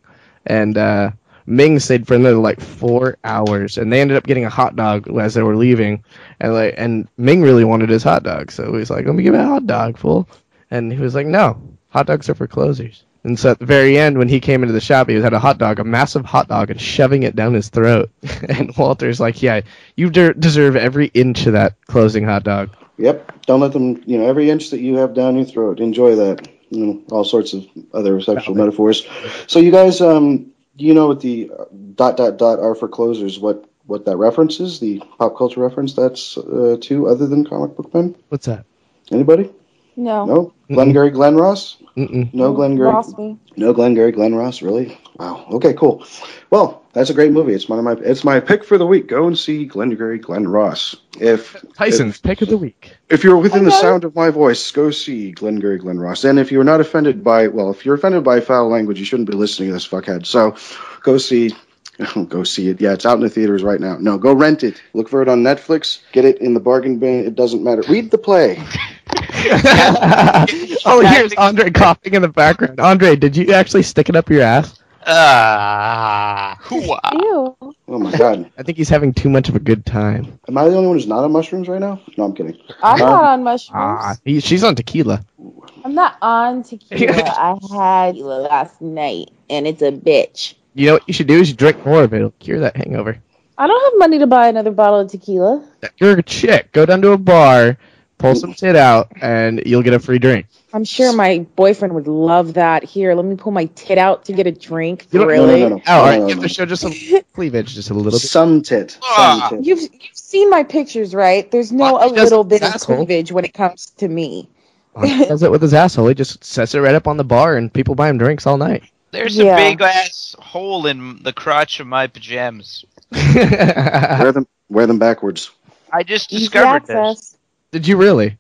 C: And uh, Ming stayed for another like four hours, and they ended up getting a hot dog as they were leaving. And like, and Ming really wanted his hot dog, so he was like, "Let me give me a hot dog, fool." And he was like, "No, hot dogs are for closers." And so at the very end, when he came into the shop, he had a hot dog, a massive hot dog, and shoving it down his throat. [laughs] and Walter's like, "Yeah, you der- deserve every inch of that closing hot dog."
D: Yep. Don't let them. You know, every inch that you have down your throat. Enjoy that. You know, all sorts of other sexual metaphors. So you guys, um, do you know what the uh, dot dot dot are for closers? What what that reference is? The pop culture reference that's uh, to other than comic book men.
C: What's that?
D: Anybody?
E: No.
D: No. Glengarry Glen Ross.
C: Mm-mm.
D: No Glengarry.
E: Lost me.
D: No Glengarry Glen Ross. Really? Wow. Okay. Cool. Well, that's a great movie. It's one of my. It's my pick for the week. Go and see Glengarry Glen Ross. If
C: Tyson's pick of the week.
D: if you're within the sound of my voice, go see Glengarry Glen Ross. And if you're not offended by, well, if you're offended by foul language, you shouldn't be listening to this fuckhead. So go see, [laughs] go see it. Yeah, it's out in the theaters right now. No, go rent it. Look for it on Netflix. Get it in the bargain bin. It doesn't matter. Read the play.
C: [laughs] oh, here's Andre coughing in the background. Andre, did you actually stick it up your ass?
F: Ah, hoo-ah.
E: Ew.
D: Oh my god.
C: I think he's having too much of a good time.
D: Am I the only one who's not on mushrooms right now? No, I'm kidding.
E: I'm not
D: Um,
E: on mushrooms.
C: Ah, he, she's on tequila.
E: I'm not
C: [laughs]
E: on tequila. I had tequila last night, and it's a bitch.
C: You know what you should do is you drink more of it. It'll cure that hangover.
E: I don't have money to buy another bottle of tequila.
C: You're a chick. Go down to a bar, pull some shit out, and you'll get a free drink.
E: I'm sure my boyfriend would love that. Here, let me pull my tit out to get a drink.
C: You don't-
E: really?
C: Oh, all right. Give the show just some cleavage, just a little bit. Ah.
D: Some tit.
F: ah.
E: You've you've seen my pictures, right? There's no a little bit of cleavage when it comes to me.
F: [laughs]
C: He does it with his asshole. He just sets it right up on the bar, and people buy him drinks all night.
F: There's
E: Yeah.
F: a big ass hole in the crotch of my pajamas.
D: wear them. Wear them backwards.
F: I just discovered this.
C: Did you really?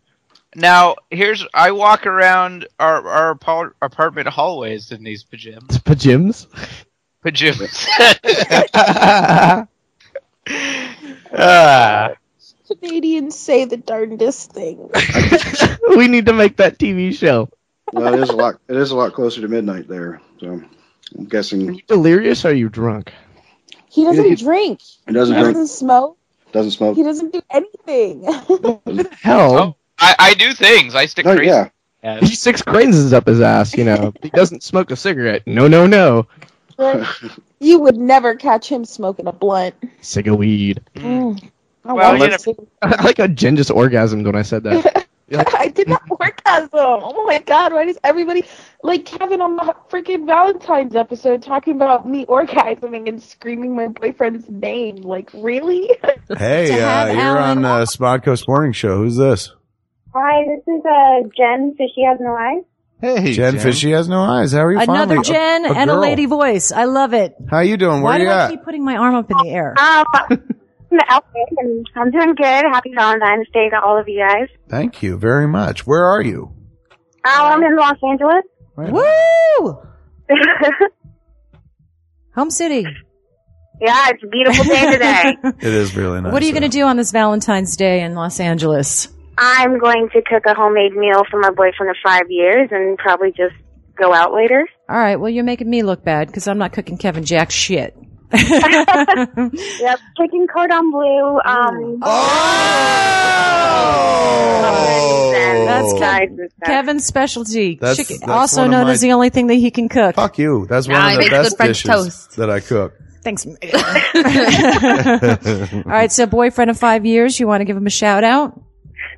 F: Now here's I walk around our our apart- apartment hallways in these pajamas.
C: It's [laughs]
F: [laughs]
C: pajims.
F: Pajamas. [laughs]
C: Ah.
E: Canadians say the darndest thing.
C: we need to make that TV show.
D: Well, it is a lot. It is a lot closer to midnight there. So I'm guessing
C: Delirious? Are you drunk?
F: [laughs]
E: He doesn't drink.
D: He doesn't
E: He
D: drink.
E: doesn't smoke.
D: doesn't smoke.
E: He doesn't do anything. [laughs]
C: Hell,
F: I, I do things. I stick
C: Oh,
F: crazy.
C: yeah. he sticks cranes up his ass. You
F: [laughs]
C: know, he doesn't smoke a cigarette. No, no, no.
E: you would never catch him smoking a blunt.
C: Cig a weed.
E: Mm. I
F: Well,
E: want
F: you
E: to
F: know-
E: see-
C: [laughs]
E: [laughs]
C: I like how Jen just orgasmed when I said that.
E: I did not orgasm. Oh my god, why does everybody like Kevin on the freaking Valentine's episode talking about me orgasming and screaming my boyfriend's name? Like, really?
K: Hey, uh, you're on uh, Smodcoast Morning Show. Who's this?
U: Hi, this is uh, Jen Fishy Has No Eyes.
K: Hey, Jen, Fishy has no eyes. How are you?
L: Another
K: finally? A-
L: Jen and a
K: girl.
L: lady voice. I love it.
K: How you doing? Where
L: Why
K: you
L: do I
K: at?
L: keep putting my arm up in the air? [laughs]
U: Um, I'm Elfin, and I'm doing good. Happy Valentine's Day to all of you guys.
K: Thank you very much. Where are you?
U: Um, I'm in Los Angeles.
K: [laughs]
L: Woo! Home city.
U: yeah, Ah, it's a beautiful day
L: [laughs]
U: today.
K: It is really nice.
L: What are you going to do on this Valentine's Day in Los Angeles?
U: I'm going to cook a homemade meal for my boyfriend of five years and probably just go out later.
L: All right. Well, you're making me look bad because I'm not cooking Kevin Jack shit.
U: yep, chicken cordon bleu. Um,
L: That's
U: Nice
L: Kev- Kevin's specialty.
K: Oh. That's-
L: chicken,
K: that's
L: also
K: one of
L: known
K: my-
L: as the only thing that he can cook.
K: Fuck you. That's one
L: Yeah, I
K: of the
L: make good
K: best
L: French
K: dishes
L: toast.
K: that I cook.
L: [laughs] Thanks. [laughs]
K: [laughs]
L: All right. So, boyfriend of five years, you want to give him a shout out?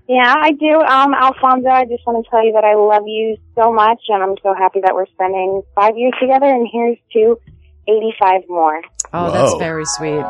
U: Yeah, I do. Um, Alfonso, I just want to tell you that I love you so much, and I'm so happy that we're spending five years together, and here's to 85 more.
L: Oh, that's
K: Whoa.
L: very sweet.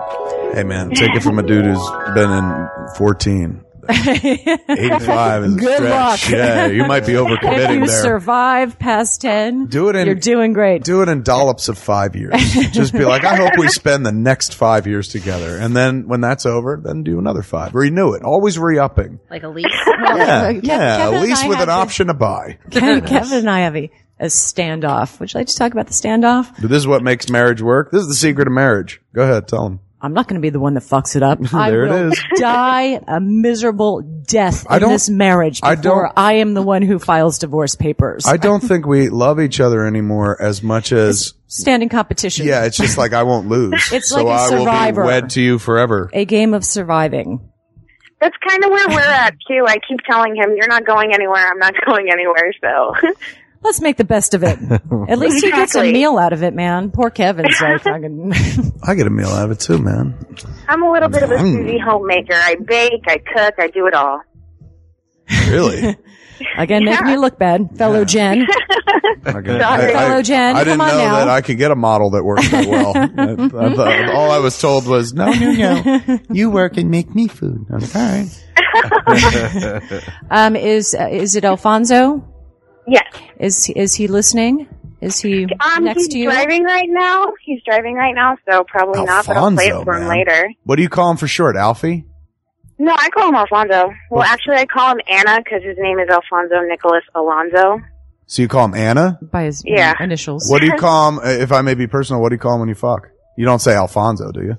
K: Hey, man, take it from a dude who's been in
L: [laughs]
K: 14. 85 is a
L: Good
K: stretch.
L: luck.
K: Yeah, you might
L: [laughs]
K: be
L: If
K: overcommitting
L: you
K: there.
L: survive past ten,
K: do it in
L: you're doing great.
K: Do it in dollops of
L: [laughs]
K: five years. Just be like, I hope we spend the next five years together, and then when that's over, then do another five. Renew it. Always re-upping.
L: like a lease. [laughs]
K: Yeah, yeah.
L: Kevin
K: at
L: and
K: least
L: I
K: with
L: had
K: an
L: the-
K: option
L: [laughs]
K: to buy.
L: Kevin, Kevin and I have a, a standoff. Would you like to talk about the standoff?
K: [laughs] But this is what makes marriage work. This is the secret of marriage. Go ahead, tell them.
L: I'm not going to be the one that fucks it up. I
K: [laughs] There it
L: will
K: is.
L: [laughs] die a miserable death in
K: I don't-
L: this marriage before
K: I
L: I,
K: don't-
L: am the one who files divorce papers. [laughs]
K: I don't think we love each other anymore as much as.
L: Standing competition. [laughs]
K: Yeah, it's just like I won't lose.
L: It's
K: so
L: like a
K: I will
L: survivor.
K: be wed to you forever.
L: A game of surviving.
U: That's kind of where we're
L: [laughs]
U: at, too. I keep telling him, you're not going anywhere, I'm not [laughs] going anywhere, so. [laughs]
L: Let's make the best
K: [laughs]
L: of [laughs] it. At least he gets a
U: Exactly.
L: meal out of it, man. Poor
U: [laughs]
L: Kevin's like fucking.
K: I get a meal out of it too, man.
U: I'm a little bit of a
K: Mm.
U: Susie homemaker. I bake, I cook, I do it all.
L: [laughs]
K: Really?
L: Again, making me look bad,
U: [laughs]
L: fellow Jen.
K: Okay.
L: Sorry. Hello, Jen.
K: I
L: Come
K: didn't
L: on
K: know
L: now.
K: that I could get a model that worked that
L: [laughs]
K: well. [laughs] I- I thought- all I was told was, no, no, no. [laughs] You work and make me food. I was like, all
L: [laughs]
K: right.
L: Um, is uh, is it Alfonso?
U: Yes.
L: Is is he listening? Is he
U: Um,
L: next
U: he's
L: to you?
U: driving right now. He's driving right now, so probably not, but I'll play it
K: Alfonso,
U: for him
K: man.
U: later.
K: what do you call him for short, Alfie?
U: No, I call him Alfonso. Well, actually, I call him Anna because his name is Alfonso Nicholas Alonso.
K: So you call him Anna?
L: By his
U: Yeah.
L: Mm, initials.
K: What do you call him, uh, if I may be personal, what do you call him when you fuck? You don't say Alfonso, do you?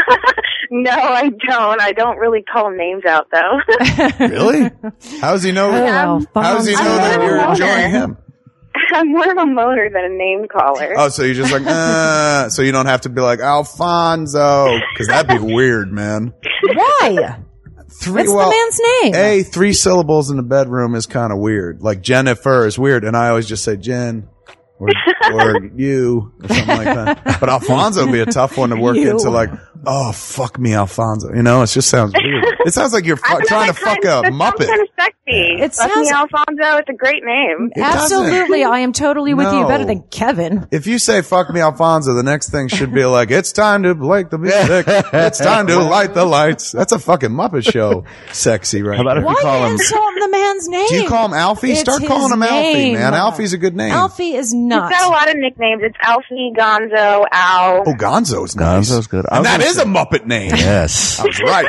U: [laughs] no, I don't. I don't really call names out though. [laughs]
K: Really? How does he know? how does he know that you're enjoying him?
U: I'm more of a moaner than a name caller.
K: Oh, so you're just like, uh, so you don't have to be like Alfonso, because that'd be weird, man.
L: Why?
K: Three,
L: That's
K: well,
L: the man's name.
K: A three syllables in the bedroom is kind of weird. Like Jennifer is weird, and I always just say Jen or, or you or something like that. But Alfonso would be a tough one to work
U: You.
K: into. Like, oh fuck me, Alfonso. You know, it just sounds
U: [laughs]
K: weird. It sounds like you're
U: I
K: fu-
U: don't know,
K: trying to
U: that
K: fuck
U: kinda- [laughs]
K: a
U: that sounds
K: muppet.
U: Kind of sexy.
L: It
U: It
L: sounds-
U: Alfonso. It's a great name.
L: Absolutely, I am totally with you.
K: No.
L: Better than Kevin.
K: If you say "fuck me, Alfonso," the next thing should be like, "It's time to blake the music. it's time to light the lights." That's a fucking Muppet Show, sexy, right? How about
L: Why insult the man's name?
K: Do you call him Alfie?
L: It's
K: Start
L: his
K: calling him Alfie,
L: name.
K: man. Alfie's a good name.
L: Alfie is not.
U: He's got a lot of nicknames. It's Alfie, Gonzo, Al.
K: Oh, Gonzo's nice. Gonzo's good.
I: I
K: And
I: was
K: that
I: gonna
K: is
I: say-
K: a Muppet name.
I: Yes.
K: I was right.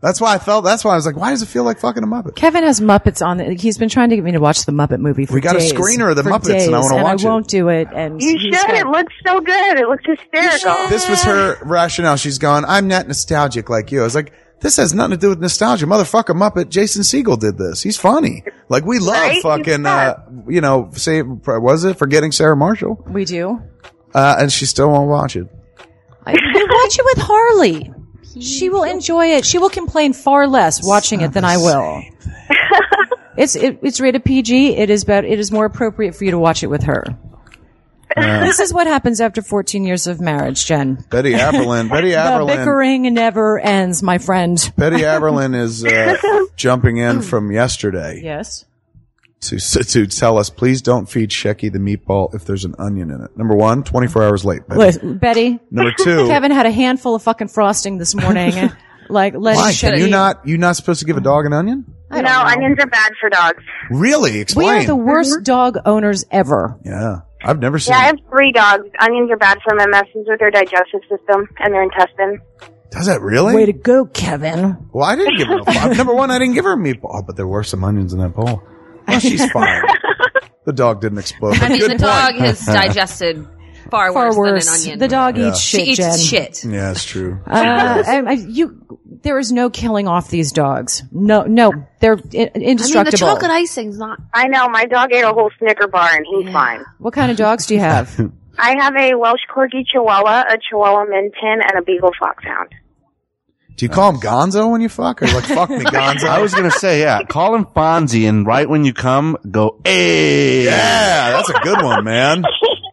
K: That's why I felt. That's why I was like, why does it feel like fucking a Muppet?
L: Kevin has Muppets on. The, he's been trying to get me to watch the Muppet movie for
K: We got a
L: days,
K: screener of the
L: for
K: Muppets, and I
L: days,
K: wanna watch it.
L: I won't do it. And
U: You
L: he's
U: should.
L: got-
U: It looks so good. It looks hysterical.
K: This was her rationale. She's gone. I'm not nostalgic like you. I was like, this has nothing to do with nostalgia, motherfucker. Muppet Jason Siegel did this. He's funny. Like we love
L: Right? He's
K: fucking, uh, you know, say was it forgetting Sarah Marshall?
U: [laughs]
L: We do.
K: Uh, and she still won't watch it.
L: I, you watch it with Harley. She will enjoy it. She will complain far less watching it than I will. it's it, it's rated PG. It is better. It is more appropriate for you to watch it with her.
K: Yeah.
L: This is what happens after 14 years of marriage, Jen.
K: Betty
L: [laughs]
K: Aberlin. Betty
L: The
K: Aberlin.
L: bickering never ends, my friend. [laughs]
K: [laughs] Betty Aberlin is uh, jumping in from yesterday
L: Yes.
K: to, to tell us, please don't feed Shecky the meatball if there's an onion in it. Number one, 24 hours late. Betty.
L: Listen, Betty. [laughs]
K: Number two.
L: Kevin had a handful of fucking frosting this
K: [laughs]
L: morning. like, letting
K: Why?
L: shit
K: Can you
L: eat.
K: not, you not supposed to give a dog an onion?
U: No, onions are bad for dogs.
K: Really?
L: We
K: Explain.
L: are the worst dog owners ever.
K: Yeah. I've never seen
U: Yeah, I have three dogs. Onions are bad for them. It messes with their digestive system and their intestine.
K: Does that really?
L: Way to go, Kevin.
K: Well, I didn't
L: [laughs]
K: give her a five. Number one, I didn't give her a meatball, Oh, but there were some onions in that bowl.
L: [laughs]
K: Well, she's fine. the dog didn't explode.
V: I mean,
K: Good
V: the
K: [laughs]
V: dog
K: point.
V: has digested far,
L: Far
V: worse,
L: worse.
V: than an onion.
L: The dog
K: Yeah.
L: eats shit.
V: She eats
L: Jen.
V: shit.
K: Yeah, it's true.
L: Uh, I, I, you, there is no killing off these dogs. No, no, they're i- indestructible.
U: icing's not. I know. My dog ate a whole Snicker bar and he's fine.
L: what kind of dogs do you
K: [laughs]
L: have?
U: I have a Welsh Corgi Chihuahua, a Chihuahua Min Tin, and a Beagle Foxhound.
K: Do you call him Gonzo when you fuck? Or like, fuck me, Gonzo?
I: I was gonna say, yeah, call him Fonzie, and right when you come, go, hey,
K: yeah, that's a good one, man.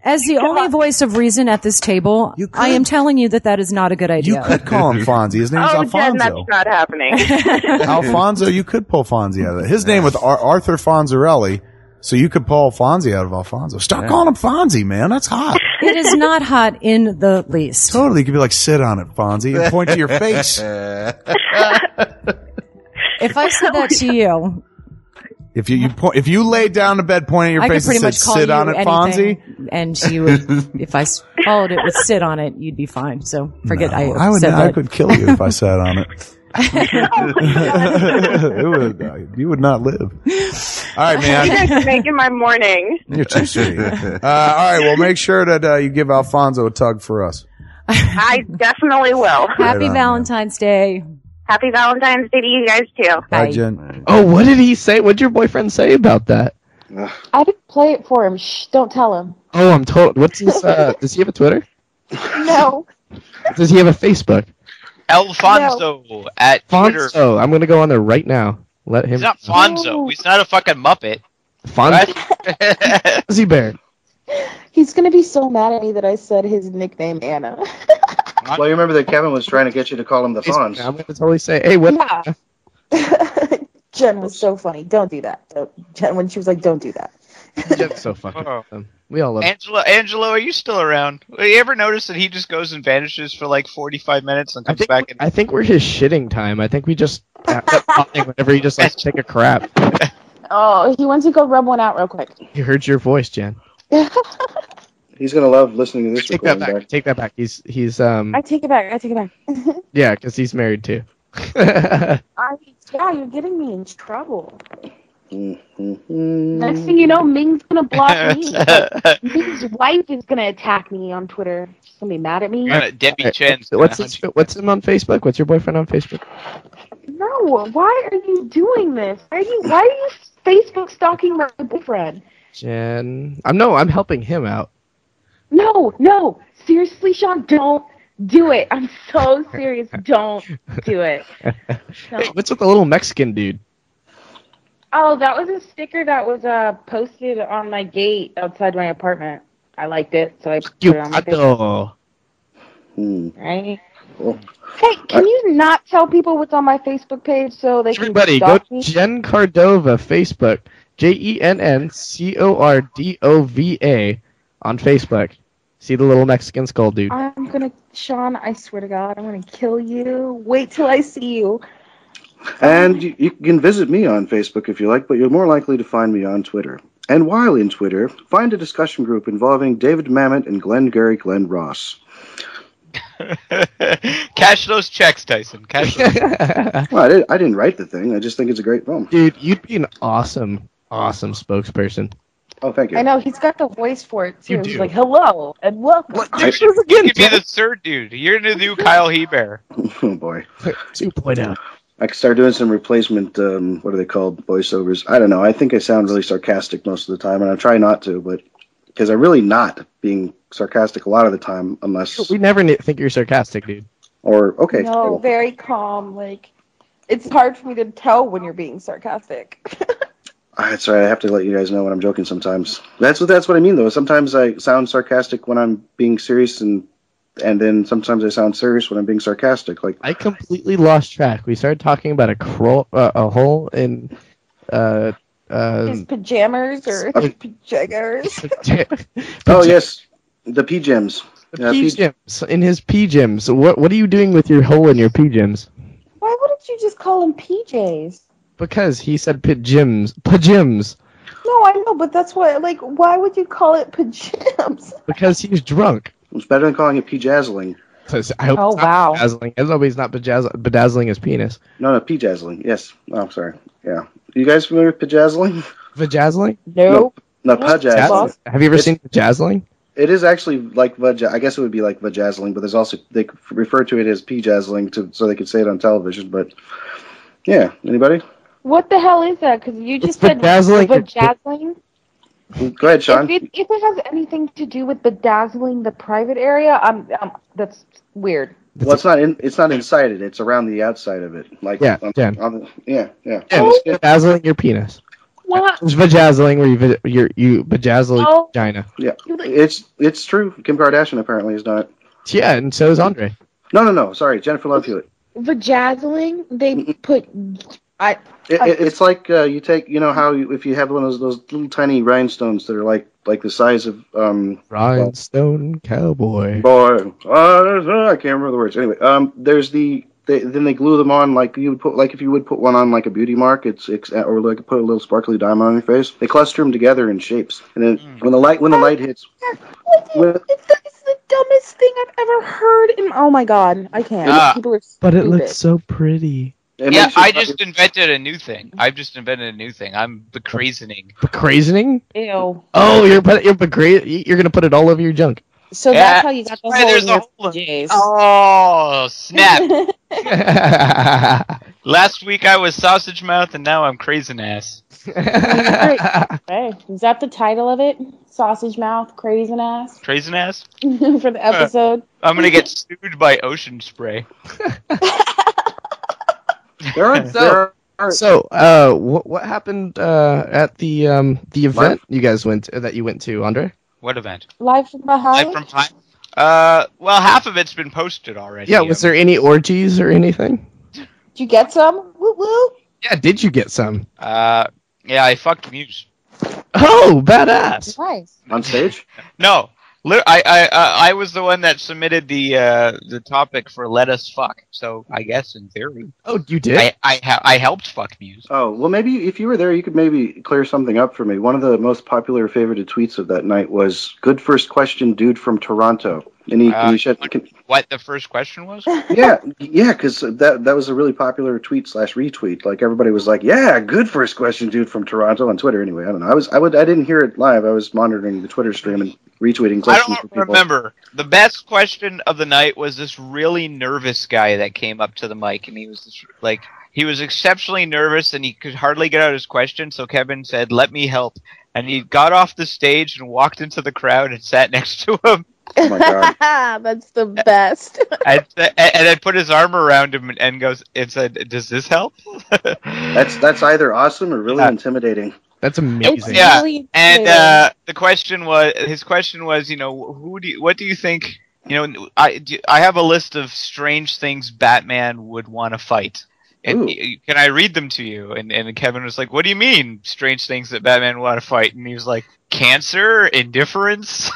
L: As
U: [laughs]
L: the only voice of reason at this table, I am telling you that that is not a good idea.
K: You could call him Fonzie.
V: [laughs]
K: His
V: Oh,
U: Oh,
K: name's Alfonso.
U: not
L: [laughs]
U: happening.
K: Alfonso, you could pull Fonzie out of it. His name was Ar- Arthur Fonzarelli, so you could pull Fonzie out of Alfonso. Stop calling him Fonzie, man. That's hot.
L: It is not hot in the least.
K: Totally, you could be like, sit on it, Fonzie, and point to your face.
L: If I said that to you,
K: If you, you point, if you laid down to bed, pointing at [laughs] your
L: I could
K: face, and
L: pretty
K: said,
L: much call
K: "Sit
L: you
K: on it, Fonzie."
L: anything, and you would. If I s- followed it with "sit on it," you'd be fine. So forget I,
K: [laughs] I would.
L: said
K: I
L: that.
K: could kill you if I sat
L: [laughs]
K: on it. [laughs] It would- uh, you would not live. All right,
U: [laughs] you
K: man.
U: guys are making my morning.
K: [laughs] You're too sweet. Uh, all right. Well, make sure that uh, you give Alfonso a tug for us.
U: I definitely will.
K: Happy on,
L: Valentine's Day.
U: Happy Valentine's Day to you guys too.
K: Bye, Jen.
C: Oh, what did he say? What did your boyfriend say about that?
E: [laughs] I didn't play it for him. Shh, don't tell him.
C: Oh, I'm told. What's his? Uh, does he have a Twitter?
E: [laughs] No.
C: Does he have a Facebook?
F: Alfonso at Twitter.
C: Fonzo. I'm gonna go on there right now. Let him.
F: He's not Fonzo. He's not a fucking Muppet.
C: Fonzo. [laughs] Fozzie Bear.
E: He's gonna be so mad at me that I said his nickname Anna.
D: Well, you remember that Kevin was trying to get you to call him the Fonz.
C: I'm gonna totally say, hey, what?
E: Yeah. [laughs] Jen was so funny. Don't do that. Don't- Jen, when she was like, "Don't do that."
C: Jen's so fucking
F: Oh.
C: awesome. We all love.
F: Angelo, Angelo, are you still around? Well, You ever notice that he just goes and vanishes for like forty-five minutes and [laughs] comes back? And
C: I think we're his shitting time. I think we just
E: [laughs]
C: whenever he just like take a crap.
E: Oh, he wants to go rub one out real quick.
C: He heard your voice,
E: [laughs]
C: Jen.
D: He's gonna love listening to this.
C: Take that
D: recording
C: back. Take that back. He's he's um
E: I take it back. I take it back. [laughs]
C: yeah, because he's married too.
E: I, yeah, you're getting me in trouble.
D: back.
E: Next thing you know, Ming's gonna block
C: [laughs]
E: me. Like, Ming's wife is gonna attack me on Twitter. She's gonna be mad at me.
F: Kinda Debbie Chen's
C: What's
F: gonna
C: his, what's him on Facebook? What's your boyfriend on Facebook?
E: No, why are you doing this? Why are you why are you Facebook stalking my boyfriend?
C: Jen. I'm no. I'm helping him out.
D: [laughs]
E: No, no, seriously, Sean, don't do it. I'm so serious. Don't do it.
C: Hey, what's with the little Mexican dude?
E: Oh, that was a sticker that was uh posted on my gate outside my apartment. I liked it, so I put
C: You
E: it on my Facebook,
C: gato.
E: right? Hey, can you not tell people what's on my Facebook page so they
C: Everybody,
E: can
C: go
E: stalk
C: to
E: me?
C: Jen Cardova Facebook. J E N N C O R D O V A on Facebook. See the little Mexican skull dude.
E: I'm gonna, Sean. I swear to God, I'm gonna kill you. Wait till I see you.
D: And you, you can visit me on Facebook if you like, but you're more likely to find me on Twitter. And while in Twitter, find a discussion group involving David Mamet and Glenn Gary Glenn Ross.
F: Cash those checks, Tyson. Cash. Those
D: [laughs] Well, I, did, I didn't write the thing. I just think it's a great film.
C: Dude, you'd be an awesome, awesome spokesperson.
D: Oh, thank you.
E: I know he's got the voice for it too.
C: You
E: He's
C: do.
E: like, "Hello and welcome."
F: You'd be the third dude. You're the new Kyle Heber.
D: [laughs] oh boy.
C: 2.0.
D: I could start doing some replacement. Um, what are they called? Voiceovers. I don't know. I think I sound really sarcastic most of the time, and I try not to, but because I'm really not being sarcastic a lot of the time, unless
C: We never ne- think you're sarcastic, dude.
D: or okay,
E: no,
D: cool.
E: very calm. Like, it's hard for me to tell when you're being sarcastic.
D: Ah, It's all right. I have to let you guys know when I'm joking sometimes. That's what that's what I mean though. Sometimes I sound sarcastic when I'm being serious, and and then sometimes I sound serious when I'm being sarcastic. Like
C: I completely lost track. We started talking about a crawl, uh, a hole in, uh,
D: Hmm.
C: [laughs] uh,
E: His pajamas or [laughs]
D: Uh,
E: pajamas.
D: oh yes, the P gems. Yeah,
C: pee gyms in his pee gyms. What what are you doing with your hole in your pee gyms?
E: Why wouldn't you just call them PJs?
C: Because he said pit gyms, pajims.
E: No, I know, but that's why. Like, why would you call it pajamas?
C: Because he's drunk.
D: It's better than calling it pejazzling.
C: I hope
E: Oh,
C: it's not
E: wow.
C: bedazzling. I hope he's not bedazzle- bedazzling his penis.
D: No, no, pejazzling. Yes. Oh, I'm sorry. Yeah. You guys familiar with pejazzling?
C: Vajazzling?
D: No. No, pajazzling.
C: Jazz- Have you ever seen vajazzling?
D: It is actually like vajaz. I guess it would be like vajazzling, but there's also they refer to it as pejazzling to so they could say it on television. But yeah, anybody?
E: What the hell is that? Because you just said
D: bedazzling.
E: bedazzling.
D: Go ahead, Sean.
E: If it, if it has anything to do with bedazzling the private area, um, um that's weird.
D: Well, it's not in. It's not inside it. It's around the outside of it. Like
C: Yeah,
D: on-
C: Jen.
D: on the- yeah, yeah.
E: Oh.
C: Bedazzling your penis.
E: What?
C: It's vajazzling where you va- you you bedazzle your
D: Oh.
C: vagina.
D: Yeah, it's it's true. Kim Kardashian apparently is not.
C: Yeah, and so is Andre.
D: No, no, no. Sorry, Jennifer Love Hewitt.
E: Vajazzling? They put. I.
D: Mm-hmm. It, it, it's like uh, you take, you know, how you, if you have one of those, those little tiny rhinestones that are like like the size of um.
C: Rhinestone cowboy.
D: Boy, uh, I can't remember the words. Anyway, um, there's the they, then they glue them on like you would put like if you would put one on like a beauty mark, it's, it's or like put a little sparkly diamond on your face. They cluster them together in shapes, and then when the light when the light hits, when,
E: It's the dumbest thing I've ever heard. In oh my god, I can't.
F: Ah.
E: People are
C: But it
E: stupid.
C: looks so pretty.
F: yeah, I just invented a new thing. I've just invented a new thing. I'm becrazening.
C: Crazening?
E: Ew.
C: Oh, you're put, you're begra- you're gonna put it all over your junk. [laughs]
E: So
F: Yeah.
E: that's how you got the
F: Why
E: hole
F: there's
E: in
F: a
E: your
F: hole
E: PJs.
F: Oh
C: [laughs]
F: snap! Last week I was sausage mouth, and now I'm crazing ass.
E: Hey, is that the title of it? Sausage mouth, crazing ass [laughs]
F: Crazing ass.
E: for
C: [laughs]
E: the episode.
F: Uh, I'm gonna get sued by Ocean Spray.
D: there
C: [laughs]
D: are
C: So, so uh, what what happened uh, at the um, the event you guys went uh, that you went to, Andre?
F: What event?
E: Live from the high.
F: Live from high. Uh, well, half of it's been posted already.
C: Yeah, was there any orgies or anything?
E: Did you get some? Woo woo.
C: Yeah, did you get some?
F: Uh, yeah, I fucked Muse.
C: Oh, badass!
E: Nice.
D: on stage.
F: No, li- I, I, uh, I, I was the one that submitted the uh, the topic for "Let Us Fuck." So I guess in theory,
C: Oh, you did.
F: I I, ha- I helped fuck Muse.
D: Oh well, maybe if you were there, you could maybe clear something up for me. One of the most popular favorited tweets of that night was "Good first question, dude from Toronto." And he,
F: Uh,
D: he shed, can,
F: What the first question was?
D: yeah, yeah, because that that was a really popular tweet slash retweet. Like everybody was like, "Yeah, good first question, dude from Toronto" on Twitter. Anyway, I don't know. I was I would I didn't hear it live. I was monitoring the Twitter stream and retweeting
F: I
D: questions.
F: don't
D: from people.
F: remember. The best question of the night was this really nervous guy that came up to the mic, and he was this, like, he was exceptionally nervous, and he could hardly get out his question. So Kevin said, "Let me help," and he got off the stage and walked into the crowd and sat [laughs] next to him.
D: Oh my god!
E: [laughs] that's the best.
F: [laughs] and, and I put his arm around him and goes and said, "Does this help?" [laughs]
D: That's that's either awesome or really intimidating.
C: That's
E: amazing.
F: yeah.
E: really
F: and
E: intimidating.
F: uh, the question was, his question was, you know, who do you, what do you think? You know, I do, I have a list of strange things Batman would want to fight. And y- can I read them to you? And and Kevin was like, "What do you mean, strange things that Batman would want to fight?" And he was like, "Cancer, indifference."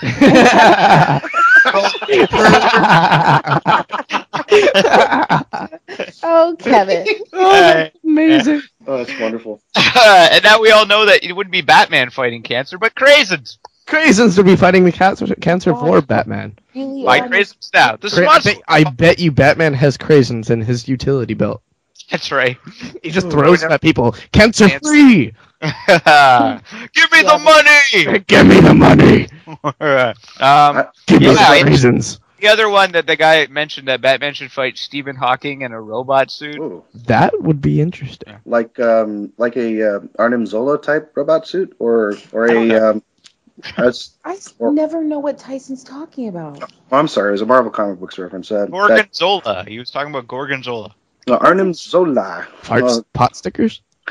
E: Oh, Kevin.
C: oh,
F: that's
C: amazing.
D: Oh, that's wonderful.
F: [laughs] and now we all know that it wouldn't be Batman fighting cancer, but Crazen's.
C: Crazens to be fighting the cancer, cancer for Batman.
E: Really
F: By
E: honest-
F: Crazen's now. The
C: Cra- I,
F: sponsor.
C: bet, I bet you Batman has crazens in his utility belt.
F: That's right.
C: He just throws them at people. Cancer free.
F: [laughs] Give me the money.
C: Give me the money.
E: Uh,
F: um,
C: Give me
F: yeah,
C: the
F: and
C: reasons.
F: the other one that the guy mentioned that Batman should fight Stephen Hawking in a robot suit.
C: That would be interesting.
D: Like um like a uh, Arnim Zola type robot suit or or a um. That's,
E: I s- never know what Tyson's talking about.
D: Oh, I'm sorry, it was a Marvel comic books reference. Uh, that,
F: Gorgonzola. He was talking about Gorgonzola.
D: no, Arnim Zola.
C: Farts,
D: Uh,
C: pot stickers.
D: [laughs]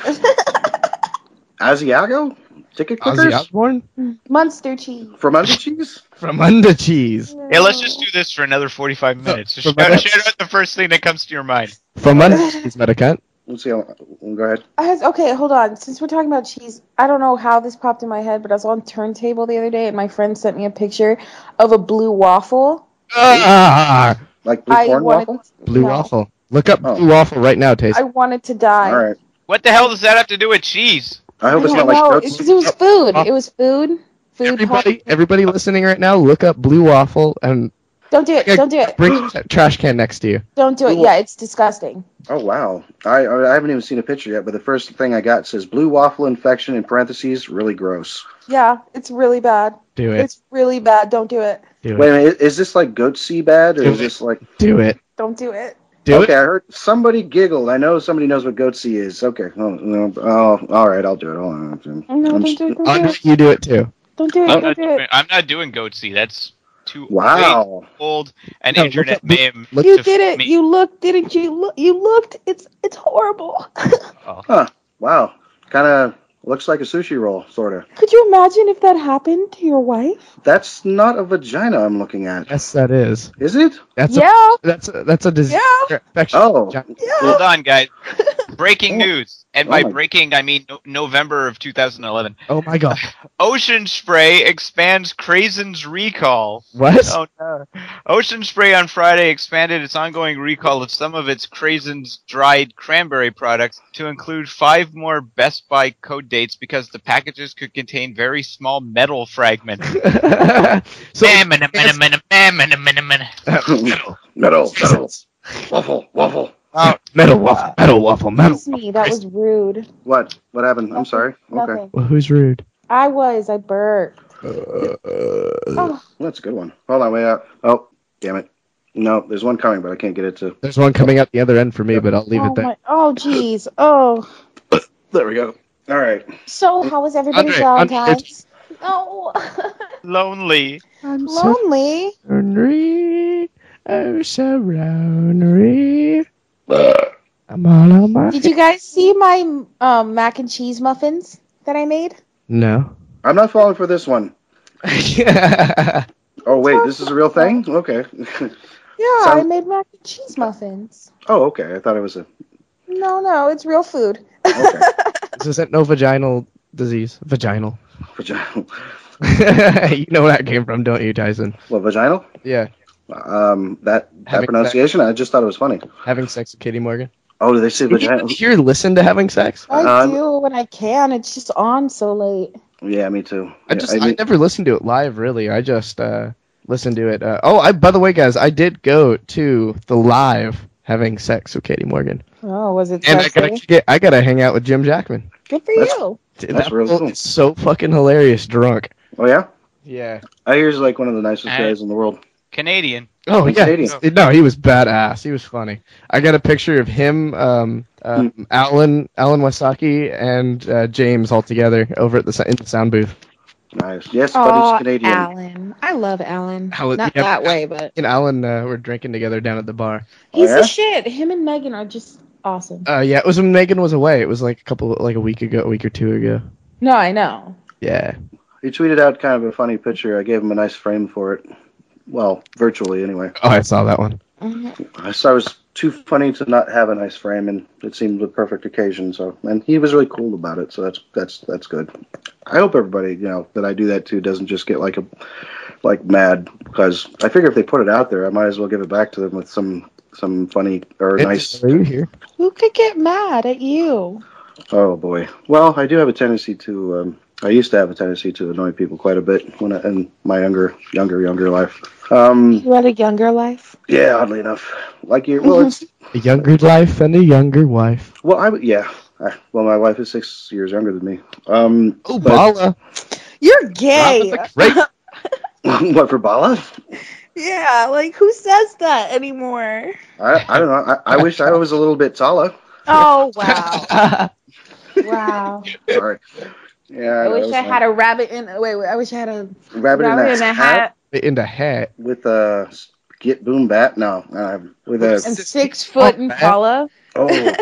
D: Asiago? Ticket
C: Ozzy
D: clickers?
C: Osbourne
E: Monster cheese.
D: From under
C: [laughs]
D: cheese?
C: from Under Cheese.
F: Yeah, let's just do this for another 45 minutes. Just shout, shout out the first thing that comes to your mind.
C: From
E: [laughs]
C: Under Cheese, Medicant.
D: Let's see. How, go ahead.
E: I was, okay, hold on. Since we're talking about cheese, I don't know how this popped in my head, but I was on turntable the other day, and my friend sent me a picture of a blue waffle.
D: like
E: blue I corn wanted- waffle?
C: Ah,
E: Oh.
C: Blue waffle. Look up blue waffle right now, Taste.
E: I wanted to die.
C: All
D: right.
F: What the hell does that have to do with cheese?
D: I
E: I don't know. It's 'cause it was food. It was food. Food.
C: Everybody,
E: pop-
C: everybody listening right now, look up blue waffle and
E: Don't do it. Don't do it. [gasps]
C: bring that trash can next to you.
E: Don't do it. Yeah, it's disgusting.
D: Oh wow! I I haven't even seen a picture yet, but the first thing I got says blue waffle infection in parentheses. Really gross.
E: Yeah, it's really bad.
C: Do
D: it.
E: It's really bad. Don't do it.
D: Wait a minute. Is this like goat sea bad, or is this like
C: do it?
E: Don't do it.
C: Do
D: okay, I heard somebody giggled. I know somebody knows what goat sea is. Okay. Oh, no, oh, all right. I'll do it. Hold on.
E: No, don't
D: s-
E: do it. Don't do
C: Andre,
E: it.
C: you do it too.
E: Don't do it.
F: I'm
E: Don't
F: not,
E: do it.
F: doing, I'm not doing goatsy. That's too
D: Wow.
F: way too old an
C: No, look
F: internet
C: up- look-
F: meme.
E: you
F: to
E: did it.
F: me.
E: You looked, didn't you? You Look, you looked. It's it's horrible. [laughs]
D: Huh. Wow. Kind of looks like a sushi roll, sort of.
E: Could you imagine if that happened to your wife?
D: That's not a vagina I'm looking at.
C: Yes, that is.
D: Is it?
C: That's
E: Yeah.
C: A, that's a, that's a disease.
E: Yeah.
C: Infection.
D: Oh.
F: Hold
C: [laughs]
F: on, guys. Breaking news. And by
C: Oh my-
F: breaking, I mean no- November of 2011.
C: Oh my
F: [laughs]
C: god.
F: Ocean Spray expands Krazen's recall.
C: What?
F: Oh, no. Ocean Spray on Friday expanded its ongoing recall of some of its Krazen's dried cranberry products to include five more Best Buy code dates because the packages could contain very small metal
C: [laughs]
F: fragments.
C: So [laughs]
D: metal, metal, metal, waffle, waffle.
C: Ah, metal waffle, metal waffle, metal.
E: Excuse me. That was rude.
D: What? What happened? I'm sorry. Okay.
E: Nothing.
C: Well, who's rude?
E: I was. I burped.
C: Uh,
E: Oh.
D: That's a good one. Hold on, wait up. Oh, damn it. No, there's one coming, but I can't get it to.
C: There's one coming out the other end for me, but I'll leave
E: oh
C: it there.
E: My, oh jeez. Oh.
D: [coughs] There we go. All right.
E: So how was everybody's
C: Andre, Andre,
E: Valentine's? [laughs] Oh.
F: Lonely.
C: I'm
E: Lonely.
C: Henry, oh so lonely. I'm all on my.
E: Did you guys see my um, mac and cheese muffins that I made?
C: No.
D: I'm not falling for this
C: [laughs]
D: one. Oh wait, this is a real thing. Okay. [laughs]
E: Yeah, I
D: Sounds-
E: made mac and cheese muffins.
D: oh, okay. I thought it was a.
E: No, no, it's real food.
C: This isn't no vaginal disease. Vaginal.
D: Vaginal.
C: [laughs] you know where that came from, don't you, Tyson?
D: What vaginal?
C: Yeah.
D: Um, that that
C: Having
D: pronunciation. I just thought it was funny.
C: Having sex with Katie Morgan.
D: Oh, did they say
C: Did you
D: vaginal?
C: even here listen to having sex?
E: I
D: Uh,
E: do when I can. It's just on so late.
D: Yeah, me too.
C: I
D: Yeah,
C: just
D: I
C: I,
D: mean-
C: never listened to it live really. I just uh listened to it. Uh, oh, I by the way, guys, I did go to the live having sex with Katie Morgan,
E: Oh, was it
C: and I got
E: sexy?
C: to get I got to hang out with Jim Jackman.
E: Good for you.
C: Dude,
D: That's
C: that
D: real
C: fool
D: cool.
C: is so fucking hilarious drunk.
D: Oh yeah.
C: Yeah.
D: I hear he's like one of the nicest
F: I-
D: guys in the world.
F: Canadian.
C: Oh
D: He's
C: yeah,
D: Canadian.
C: he's- no, he was badass. He was funny. I got a picture of him, um, um,
E: Hmm.
C: Alan, Alan Wasaki, and uh, James all together over at the sou- in the sound booth.
D: Nice. Yes, but
E: Oh,
D: he's Canadian.
E: Alan. I love Alan.
C: Alan-
E: Not
C: yeah. [laughs]
E: that way, but
C: And Alan uh, were drinking together down at the bar.
E: he's the shit. Him and Megan are just awesome.
C: Uh, yeah, it was when Megan was away. It was like a couple, like a week ago, a week or two ago.
E: No, I know.
C: Yeah.
D: He tweeted out kind of a funny picture. I gave him a nice frame for it. Well, virtually anyway.
C: Oh, I saw that one.
E: Mm-hmm.
D: I saw it was too funny to not have a nice frame, and it seemed the perfect occasion. So, and he was really cool about it. So that's that's that's good. I hope everybody you know that I do that too doesn't just get like a like mad because I figure if they put it out there, I might as well give it back to them with some some funny or nice.
C: Are you here?
E: Who could get mad at you?
D: Oh boy. Well, I do have a tendency to. Um, I used to have a tendency to annoy people quite a bit when I, in my younger, younger, younger life. Um,
E: You had a younger life.
D: yeah, oddly enough, like you. Well, it's
C: A younger life and a younger wife.
D: well, I yeah. I, well, my wife is six years younger than me. Um,
C: Oh,
D: but-
C: Bala.
E: You're gay.
D: [laughs] what for Bala?
E: [laughs] yeah, like who says that anymore?
D: I, I don't know. I, I wish I was a little bit taller.
E: Oh wow. wow.
D: Sorry. Yeah,
E: I wish I had a rabbit in wait, wait I wish I had a
D: a rabbit,
E: rabbit
D: in a, hat,
C: In the hat.
D: with a get boom bat. No, um, with
E: and
D: a
E: six foot and Paula.
D: oh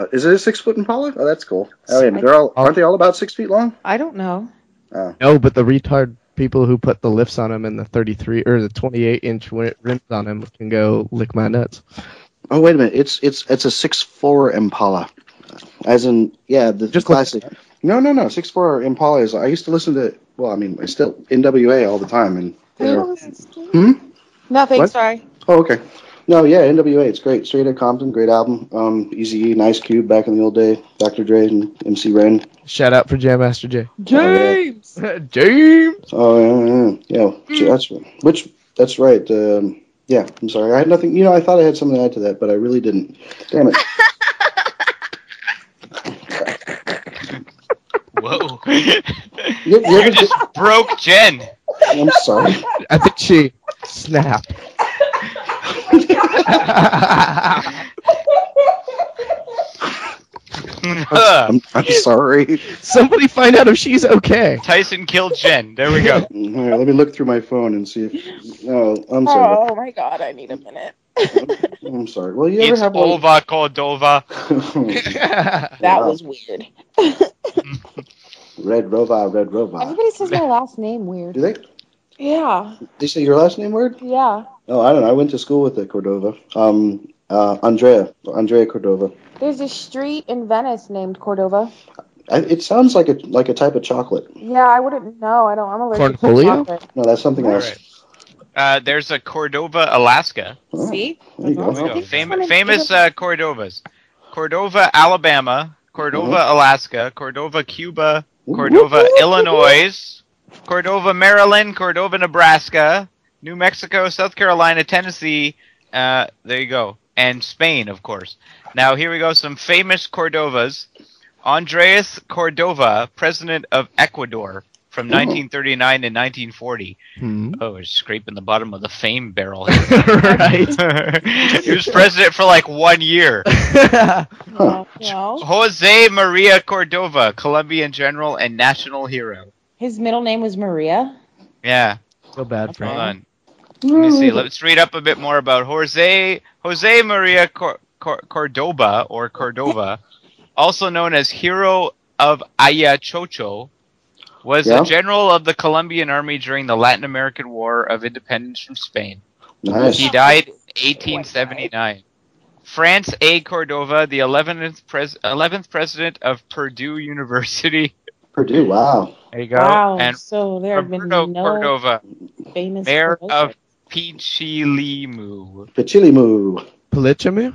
D: Uh, is it a six foot Impala? Oh, that's cool. Oh, yeah, they're all aren't they all about six feet long?
E: [laughs] I don't know.
D: Oh.
C: No, but the retard people who put the lifts on them and the 33 or the 28 inch wi- rims on them can go lick my nuts.
D: Oh wait a minute, it's it's it's a six four Impala, as in yeah the Just classic. no no no six four Impala is. I used to listen to well I mean I still NWA all the time and they're- hmm?
E: Nothing.
D: What?
E: Sorry.
D: oh okay no yeah NWA it's great straight out Compton great album um Eazy E Nice Cube back in the old day Dr Dre and MC Ren Uh,
C: Shout out for Jam Master J.
E: James.
D: [laughs]
C: James.
D: Oh yeah, yeah, yeah. Yeah, that's right. Which that's right. Um, yeah, I'm sorry. I had nothing. You know, I thought I had something to add to that, but I really didn't. Damn it.
F: Whoa.
D: You, you ever
F: just broke Jen.
D: I'm sorry.
C: I think she snapped.
D: [laughs]
C: [laughs]
D: I'm, I'm sorry.
C: Somebody find out if she's okay.
F: Tyson killed Jen. There
D: [laughs]
F: we go.
D: All right, let me look through my phone and see if. No, I'm sorry.
E: Oh my god, I need a minute.
D: I'm sorry. Well, you ever
F: It's
D: have one?
F: Ova
D: [laughs]
C: [laughs]
F: Cordova.
E: that was weird.
D: Red Rova, Red Rova.
E: Everybody says my last name weird.
D: Do they?
E: Yeah.
D: They say your last name word?
E: Yeah.
D: No, I don't know. I went to school with a Cordova. Um, uh, Andrea, Andrea Cordova.
E: There's a street in Venice named Cordova.
D: I, it sounds like a like a type of chocolate.
E: Yeah, I wouldn't know. I don't. I'm allergic to
D: Cornholio?
E: chocolate.
D: No, that's something else.
F: Uh, there's a Cordova, Alaska.
E: See?
D: There you
F: There
D: go.
F: we go. Fam- famous uh, Cordovas. Cordova, Alabama. Cordova,
D: Mm-hmm.
F: Alaska. Cordova, Cuba. Cordova, Illinois. Cordova, Maryland. Cordova, Nebraska. New Mexico, South Carolina, Tennessee. Uh, there you go. And Spain, of course. Now, here we go. Some famous Cordovas. Andres Cordova, president of Ecuador from
D: Mm-hmm.
F: 1939 to 1940. Oh, he's scraping the bottom of the fame
C: [laughs]
F: barrel. right. [laughs] he was president for like one year. Jose Maria Cordova, Colombian general and national hero.
E: His middle name was Maria.
F: Yeah.
C: So bad for
F: Hold on. Let me see. Let's read up a bit more about Jose Jose Maria Cor- Cor- Cordoba or Cordova, also known as Hero of Ayachocho, was
D: Yeah.
F: a general of the Colombian army during the Latin American War of Independence from Spain.
D: Nice.
F: He died 1879. France A. Cordova, the 11th, pres- 11th president of Purdue University.
D: Purdue, wow.
F: There you go.
E: Wow.
F: and
E: so there have been no
F: Cordova,
E: famous.
F: mayor
E: Cordova.
F: of Pichilimu.
D: Pichilimu.
C: Polygamy?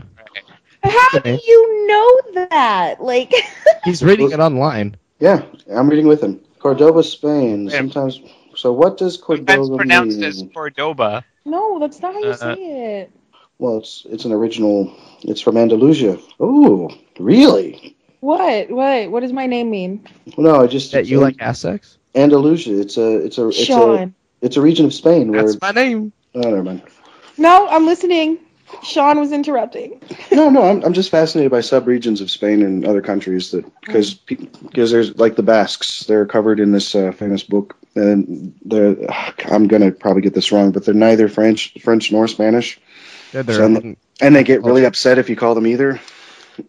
E: How do you know that? Like, [laughs]
C: He's reading it online.
D: Yeah, I'm reading with him. Cordova, Spain. Sometimes. So what does Cordova
F: Pronounced
D: mean?
F: as Cordoba.
E: no, that's not how you
D: Uh,
E: say it.
D: Well, it's it's an original. It's from Andalusia. Oh, really?
E: What? What? What does my name mean?
D: No, I just that
C: you like Aztecs?
D: Andalusia. It's a it's a it's
E: Sean.
D: a it's a region of Spain where.
C: That's my name.
D: Oh, never mind.
E: No, I'm listening. Sean was [laughs] interrupting.
D: No, no, I'm I'm just fascinated by subregions of Spain and other countries that because because there's like the Basques. They're covered in this uh, famous book, and they're I'm gonna probably get this wrong, but they're neither French French nor Spanish.
C: They're their
D: So,
C: own-
D: and they get really upset if you call them either.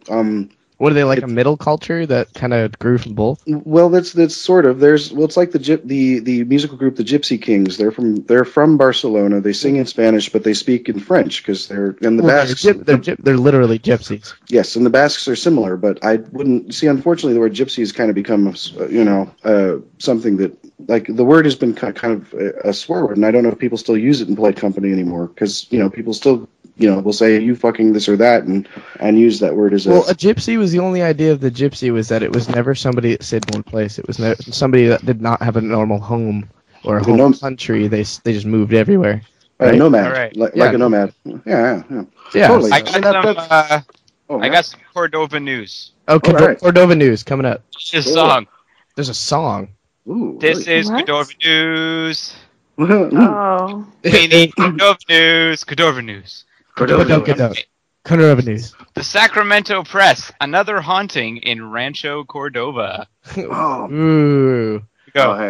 D: Um,
C: What are they like a middle culture that kind of grew from both?
D: well, that's that's sort of there's well, it's like the gyp the the musical group the Gypsy Kings. They're from they're from Barcelona. They sing in Spanish, but they speak in French because they're and the
C: Well,
D: Basques.
C: They're, gyp- they're, gyp- they're literally gypsies.
D: Yes, and the Basques are similar, but I wouldn't see. Unfortunately, the word gypsy has kind of become, uh, you know, uh, something that like the word has been ki- kind of uh, a, a swear word, and I don't know if people still use it in polite company anymore because you know people still, you know, will say you fucking this or that, and and use that word as a.
C: Well, a gypsy was the only idea of the gypsy was that it was never somebody that stayed in one place. It was ne- somebody that did not have a normal home or a
D: The
C: home
D: nom-
C: country. They s- they just moved everywhere.
D: a
C: right?
D: nomad, like, like
C: Yeah.
D: a nomad. Yeah, yeah, yeah.
C: Yeah.
D: Totally.
F: I
D: I
F: got
D: mean,
F: some.
D: that- that's-
F: uh, I
D: yeah.
F: got some Cordova news.
C: Okay,
F: All right.
C: Cordova news coming up.
F: This song.
C: There's a song.
D: Ooh,
F: This is Cordova news.
E: Oh.
F: We need Cordova news. Cordova news.
C: Cordova Cordova news.
F: The Sacramento Press. Another haunting in Rancho Cordova.
D: Oh.
C: [laughs] Ooh.
F: Go.
D: Oh, hey.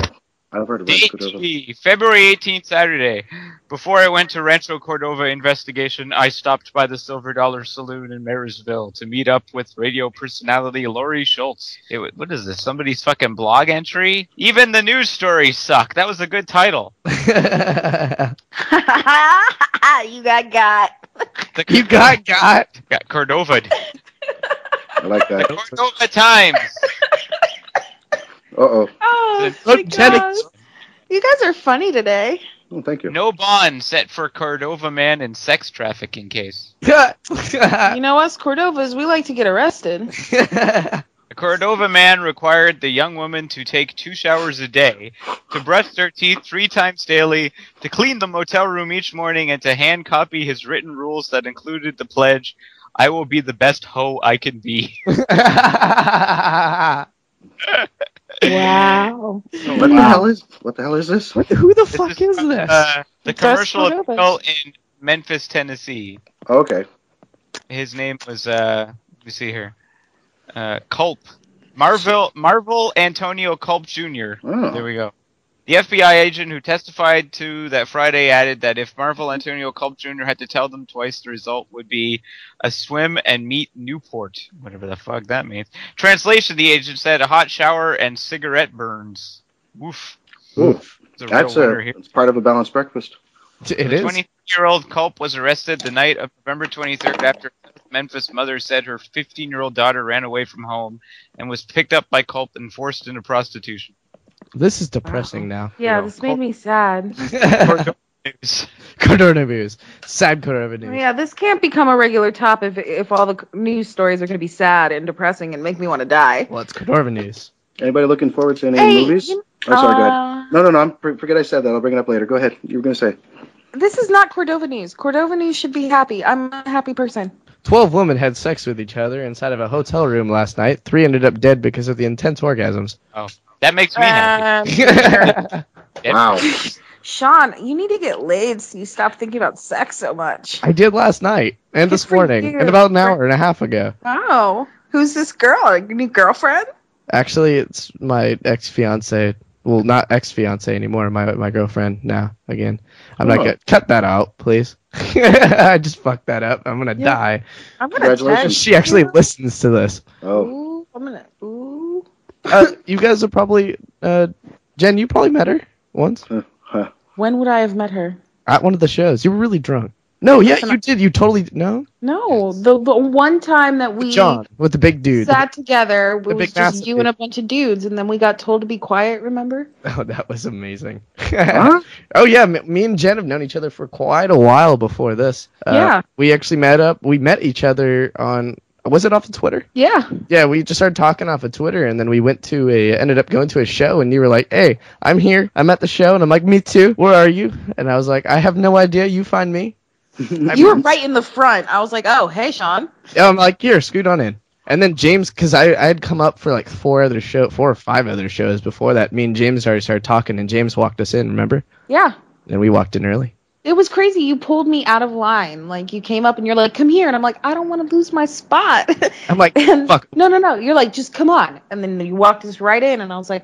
D: I've heard of Rancho Cordova.
F: DT, February 18th, Saturday. Before I went to Rancho Cordova investigation, I stopped by the Silver Dollar Saloon in Marysville to meet up with radio personality Lori Schultz. It, wa- what is this? Somebody's fucking blog entry? Even the news stories suck. That was a good title.
A: you got got.
F: [laughs] you got got got Cordova.
D: I like that.
F: Cordova Times.
D: Uh
E: Oh,
D: Look,
E: my
D: Jenny-
E: gosh. You guys are
D: [laughs]
E: funny today.
D: oh. Thank you.
F: No bond set for Cordova man in sex trafficking case.
E: you know us Cordovas, we like to get
D: [laughs]
E: arrested.
F: The Cordova man required the young woman to take two showers a day, to brush her teeth three times daily, to clean the motel room each morning, and to hand copy his written rules that included the pledge, I will be the best hoe I can be.
E: wow.
D: What the hell is what the hell is this?
E: Who the fuck is this?
F: Uh, the
D: Best hoe
F: commercial
D: ever.
F: appeal in Memphis, Tennessee.
D: Okay.
F: His name was, uh, let me see here, uh, Culp. Marvel, Marvel Antonio Culp Jr.
D: Oh.
F: There we go. The FBI agent who testified to that Friday added that if Marvel Antonio Culp Jr. had to tell them twice, the result would be a swim and meet Newport. Whatever the fuck that means. Translation, the agent said a hot shower and cigarette burns. Woof.
D: Ooh,
F: It's a real
D: that's a,
F: winner here.
D: it's part of a balanced breakfast.
C: It
F: The 23-year-old Culp was arrested the night of November 23rd after Memphis mother said her 15-year-old daughter ran away from home and was picked up by Culp and forced into prostitution.
C: This is depressing now. [laughs]
F: Yeah,
E: this made me sad.
C: Coronavirus. Sad coronavirus.
E: yeah, this can't become a regular top if if all the news stories are going to be sad and depressing and make me want to die.
C: Well, it's Cordova news.
D: Anybody looking forward to any
E: Hey,
D: movies?
E: you-
D: oh, sorry, go
E: uh,
D: ahead. No, no, no. I'm, for- forget I said that. I'll bring it up later. Go ahead. You were gonna say.
E: This is not Cordova news. Cordova news should be happy. I'm a happy person.
C: Twelve women had sex with each other inside of a hotel room last night. Three ended up dead because of the intense orgasms.
F: Oh, that makes me happy.
C: [laughs]
D: wow.
E: Um, [laughs] Sean, you need to get laid so you stop thinking about sex so much.
C: I did last night and this morning
E: you.
C: and about an hour and a half ago.
E: Wow. Who's this girl? A new girlfriend?
C: Actually, it's my ex fiance. Well, not ex fiance anymore. My my girlfriend now again. I'm
E: Oh.
C: not gonna cut that out, please. [laughs] I just fucked that up. I'm gonna
E: Yeah.
C: die.
E: I'm gonna Congratulations. tag
C: She actually listens to this.
D: Oh,
E: Ooh, I'm gonna. Ooh.
C: uh, you guys are probably uh, Jen. You probably met her once
E: When would I have met her?
C: at one of the shows. You were really drunk. No, yeah, you did. You totally no.
E: No, the, the one time that we
C: John with the big dude.
E: sat together it
C: big
E: was
C: massive
E: just you and a bunch of dudes, and then we got told to be quiet. Remember?
C: [laughs] Oh, that was amazing. [laughs] Oh yeah, me, me and Jen have known each other for quite a while before this. Uh,
E: Yeah.
C: we actually met up. We met each other on was it off of Twitter?
E: Yeah.
C: Yeah, we just started talking off of Twitter, and then we went to a ended up going to a show, and you were like, "Hey, I'm here. I'm at the show," and I'm like, "Me too. Where are you?" And I was like, "I have no idea. You find
E: [laughs]
C: me." I'm-
E: you were right in the front. I was like, "Oh, hey, Sean."
C: yeah, I'm like, here, scoot on in. And then James, because I, I had come up for like four other show, four or five other shows before that. Me and James already started talking, and James walked us in. Remember?
E: Yeah.
C: And we walked in early.
E: It was crazy. You pulled me out of line. Like you came up and you're like, "Come here," and I'm like, "I don't want to lose my spot." [laughs]
C: I'm like,
A: [laughs]
C: fuck.
E: no, no, no. You're like, "Just come on," and then you walked us right in, and I was like,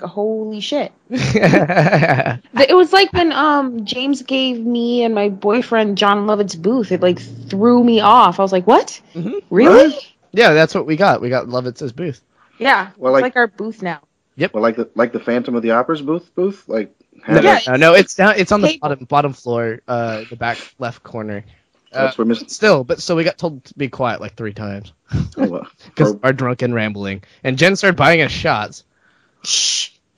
C: [laughs]
E: "Holy shit!" Th- it was like when um James gave me and my boyfriend John Lovett's booth. It like threw me off. I was like, "What? Really?"
C: Mm-hmm. yeah, that's what we got. We got Lovett's booth.
E: Yeah.
D: Well,
E: it's
D: like-
E: like our booth now.
C: Yep.
D: Well, like the like the Phantom of the Opera's booth booth like.
C: No, no,
D: had a-
C: no, no, it's down. It's on the
D: Table.
C: bottom bottom floor, uh, the back left corner.
D: That's where Miss-
C: but Still, but so we got told to be quiet like three times
D: Oh,
C: [laughs]
D: well.
C: because our drunken rambling. And Jen started buying
D: [laughs]
C: us shots.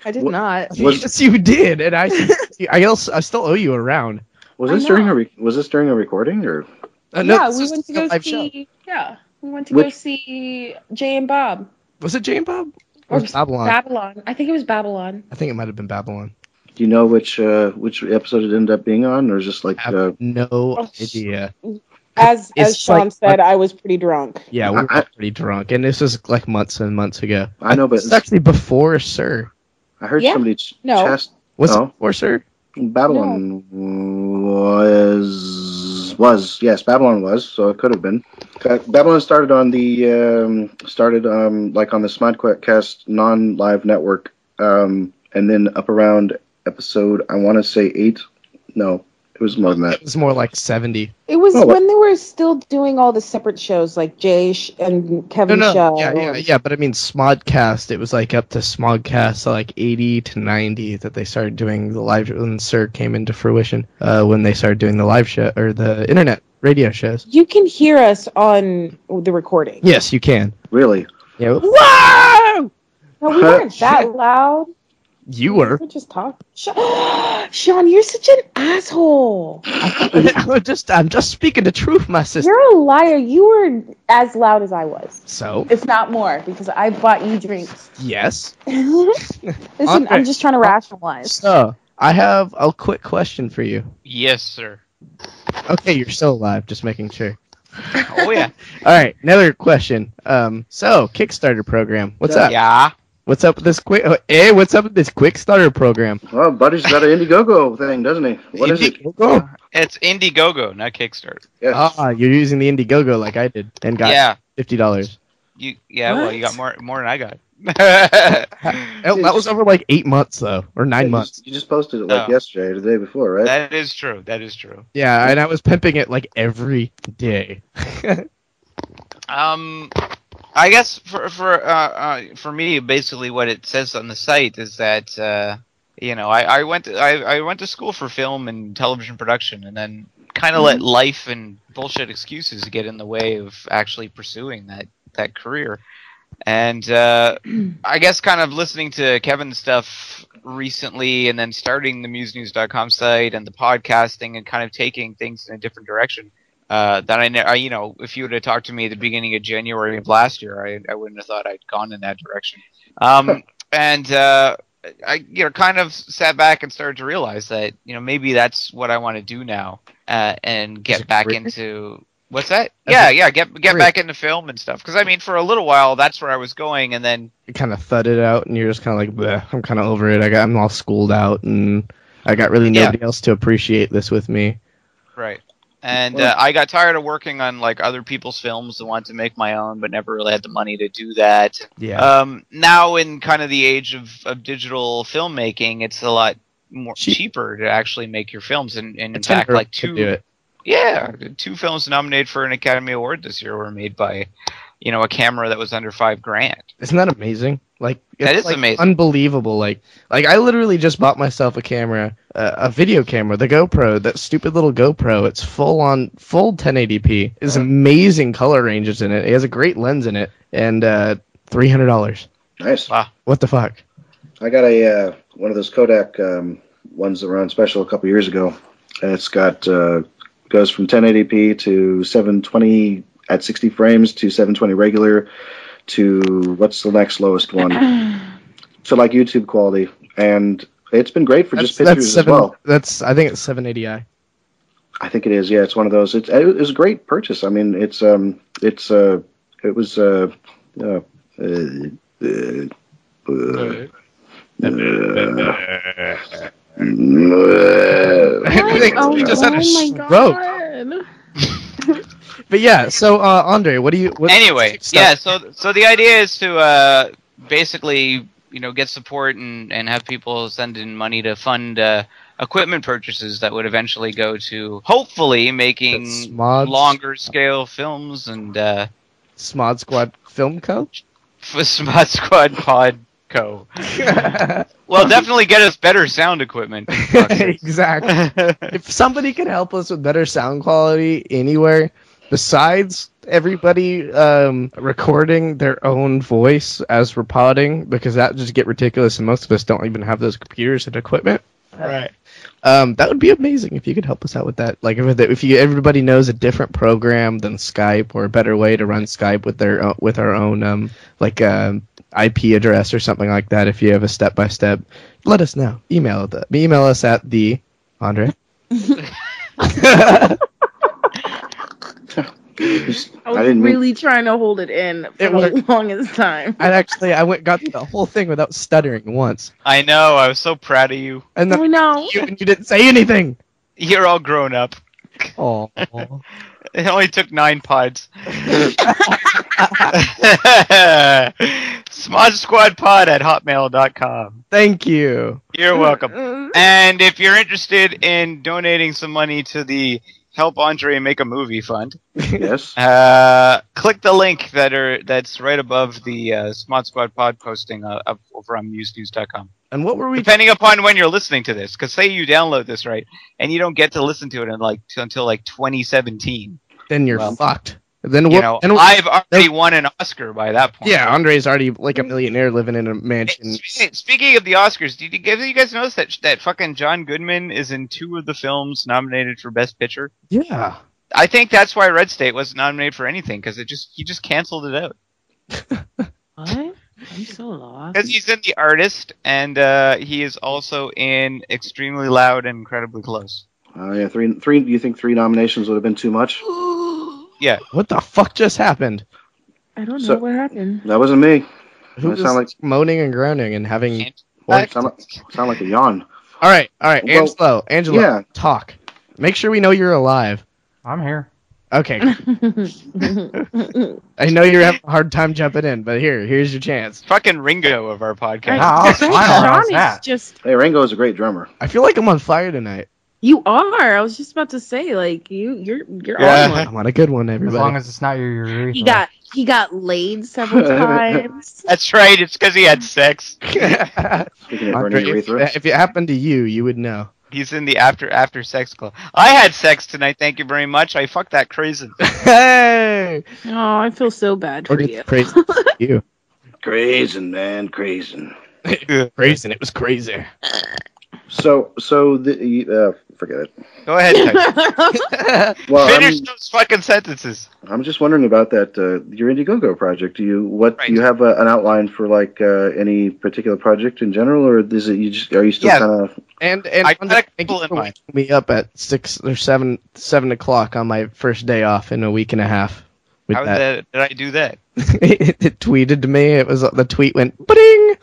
E: I did not. [laughs]
C: yes, you did, and I, [laughs] I also I still owe you a round.
D: Was
E: I
D: this during a re- was this during a recording or?
C: Uh, no,
E: yeah,
C: this
E: we
C: was
E: went to
C: a
E: go
C: live show.
E: see. Yeah, we went to go
C: Which-
E: see Jay and Bob
C: Was it Jane Bob or Babylon?
E: Babylon. I think it was Babylon.
C: I think it might have been Babylon.
D: Do you know which uh, which episode it ended up being on, or just like uh,
C: no idea?
E: As
C: It's
E: as Sean
C: like-
E: said, I was pretty drunk.
C: Yeah, we were
D: I-
C: pretty drunk, and this was like months and months ago.
D: I know, but-
C: it's actually before Sir.
D: I heard
E: Yeah.
D: somebody ch-
E: No.
D: chest.
C: Was it
D: no.
C: before Sir?
D: Babylon was was yes, Babylon was. So it could have been. Uh, Babylon started on the um, started um, like on the Smodcast non live network, um, and then up around episode, I want to say eight. No, it was more than that. It
C: was more like 70.
E: It was
D: Oh,
E: when they were still doing all the separate shows, like Jay sh- and
C: No,
E: Kevin
C: no,
E: show.
C: yeah, yeah, yeah, but I mean Smodcast. It was like up to Smodcast, so like eighty to ninety that they started doing the live when Sir came into fruition. Uh, when they started doing the live show or the internet radio shows.
E: You can hear us on the recording.
C: Yes, you can.
D: Really?
C: Yeah.
E: Whoa! No, we weren't that
C: Shit.
E: loud.
C: You were. [laughs]
E: We just talked. Sh- [gasps] Sean, you're such an [gasps] asshole.
C: I'm just I'm just speaking the truth, my sister.
E: You're a liar. You were as loud as I was,
C: So
E: if not more, because I bought you drinks. [laughs]
C: yes.
E: Listen,
C: Andre.
E: I'm just trying to rationalize.
C: So I have a quick question for you.
F: Yes, sir.
C: Okay, you're still alive. Just making sure.
F: Oh yeah.
C: [laughs] All right, another question. Um, so Kickstarter program, what's up?
F: Yeah.
C: What's up with this quick? oh, Hey, what's up with this quick starter program?
D: Well, Buddy's got an Indiegogo thing, doesn't he? What is it?
C: Go.
F: It's Indiegogo, not Kickstarter.
C: Ah, you're using the Indiegogo like I did and got
F: Yeah.
C: fifty
F: [laughs]
C: dollars.
F: You yeah, well,
C: What?
F: you got more more than I got.
C: Oh, that was over like eight months though, or
D: You
C: n nine months.
D: just- You just posted it like
F: Oh.
D: yesterday or the day before, right?
F: that is true. That is true.
C: Yeah, and I was pimping it like every day.
F: Um, I guess for for uh, uh, for me, basically what it says on the site is that uh, you know I, I went to, I, I went to school for film and television production, and then kind of let
B: Mhm.
F: life and bullshit excuses get in the way of actually pursuing that that career. And uh, I guess kind of listening to Kevin's stuff recently, and then starting the MuseNews.com site and the podcasting, and kind of taking things in a different direction uh, that I, ne- I, you know, if you would have talked to me at the beginning of January of last year, I, I wouldn't have thought I'd gone in that direction. Um, [laughs] and uh, I, you know, kind of sat back and started to realize that, you know, maybe that's what I want to do now uh, and get back into what's that? yeah, yeah, get get back into film and stuff. Because I mean, for a little while, that's where I was going, and then
C: you kind of thudded out, and you're just kind of like, Bleh, I'm kind of over it. I got I'm all schooled out, and I got really
F: Yeah.
C: nobody else to appreciate this with me.
F: Right. And
C: Well-
F: uh, I got tired of working on like other people's films and wanted to make my own, but never really had the money to do that.
C: Yeah.
F: Um, now in kind of the age of, of digital filmmaking, it's a lot more cheaper to actually make your films. And, and in
C: It's been
F: fact,
C: early
F: like
C: to
F: two,
C: do it.
F: yeah, two films nominated for an Academy Award this year were made by, you know, a camera that was under five grand.
C: Isn't that amazing? Like
F: That
C: it's,
F: is
C: like,
F: amazing.
C: unbelievable. Like like I literally just bought myself a camera, uh, a video camera, the GoPro, that stupid little GoPro. It's full on full 1080p. It's
F: Uh-huh.
C: amazing color ranges in it. It has a great lens in it, and uh, three hundred dollars.
D: Nice.
C: What the fuck?
D: I got a uh, one of those Kodak um, ones that were on special a couple years ago, and it's got uh, goes from 1080p to 720 at 60 frames to 720 regular to what's the next lowest
P: [laughs]
D: one? so like YouTube quality, and it's been great for just
C: that's
D: pictures as
C: seven.
D: well.
C: That's I think it's seven eighty i.
D: I think it is. Yeah, it's one of those. It's it was a great purchase. I mean, it's um, it's uh, it was uh, uh, uh, uh, uh,
C: oh, just had a stroke. [laughs] But yeah, so uh, Andre, what do you? What,
F: anyway, yeah. So so the idea is to uh, basically you know get support and and have people send in money to fund uh, equipment purchases that would eventually go to hopefully making
C: mods.
F: longer scale films and uh,
C: Smod Squad Film Co.
F: for Smod Squad Pod
C: [laughs]
F: Co. well, definitely get us better sound equipment.
C: [laughs] exactly. if somebody can help us with better sound quality anywhere, besides everybody um, recording their own voice as we're podding, because that just get ridiculous, and most of us don't even have those computers and equipment. Right. Um, that would be amazing if you could help us out with that. Like if if you everybody knows a different program than Skype or a better way to run Skype with their o- with our own um like um IP address or something like that. If you have a step by step, let us know. Email the email us at the Andre. [laughs]
E: I was
C: I didn't mean-
E: really trying to hold it in for
C: It
E: the
C: worked.
E: [laughs] longest time.
C: I actually I went got through the whole thing without stuttering once,
F: I know. I was so proud of you.
C: and then
E: I know.
C: You, you didn't say
E: [laughs]
C: anything.
F: You're all grown up.
C: Oh,
F: [laughs] It only took nine pods. Smodge Squad Pod at hotmail.com.
C: Thank you.
F: You're welcome. and if you're interested in donating some money to the Help Andre Make a Movie Fund,
D: yes.
F: Uh, click the link that are that's right above the uh, Smod Squad Pod posting uh, up over on musenews.com.
C: And what were we?
F: Depending upon when you're listening to this, because say you download this right, and you don't get to listen to it in like t- until like 2017.
C: Then you're
F: Well,
C: fucked. Then
F: you
C: what-
F: know,
C: then what-
F: I've already won an Oscar by that point.
C: yeah, Andre's already like a millionaire living in a mansion.
F: Hey, Speaking of the Oscars, did you guys, you guys notice that that fucking John Goodman is in two of the films nominated for Best Picture?
C: Yeah.
F: I think that's why Red State wasn't nominated for anything because it just he just canceled it out
A: What? I'm so lost.
F: because he's in The Artist and uh, he is also in Extremely Loud and Incredibly Close.
D: Oh yeah, three three. Do you think three nominations would have been too much?
F: Yeah.
C: What the fuck just happened?
A: I don't
D: So-
A: know what happened.
D: That wasn't me.
C: Who
D: That
C: was
D: sound like
C: moaning and groaning and having?
D: Well, sound, like- sound like a yawn.
C: All right, all right,
D: Well,
C: Angelo, Angelo, [laughs]
D: yeah.
C: talk. Make sure we know you're alive.
O: I'm here. [laughs]
C: Okay, I know you're having a hard time jumping in, but here, here's your chance.
F: Fucking Ringo of our podcast.
A: just
D: Hey, Ringo's a great drummer.
C: I feel like I'm on fire tonight.
A: you are. I was just about to say, like you, you're, you're on one.
C: I'm on a good one,
O: As
C: everybody.
O: long as it's not your
D: [laughs]
O: urethra.
A: He got he got
C: [laughs]
A: laid several times.
F: That's right. It's because he had sex.
C: Andre, if, if it happened to you, you would
F: [laughs]
C: know.
F: He's in the after after sex club. I had sex tonight. Thank you very much. I fucked that crazy.
C: Hey.
A: Oh, I feel so bad for you. [laughs]
C: Crazy, you
D: Crazing, man, crazing.
C: crazy. It was crazy.
D: So, so the uh, forget it.
F: Go ahead.
D: Tex. [laughs] well,
F: Finish
D: I'm,
F: those fucking sentences.
D: I'm just wondering about that. Uh, your Indiegogo project. Do you what? Do you have a, an outline for like uh, any particular project in general, or is it you just are you still
C: Yeah.
D: kind of?
C: And and
F: I
C: Andre,
F: got
C: thank
F: a
C: you
F: couple in
C: for
F: mind.
C: waking me up at six or seven seven o'clock on my first day off in a week and a half. With
F: How
C: that,
F: the- did I do that?
C: [laughs] it, tweeted to me. It was the tweet went bing,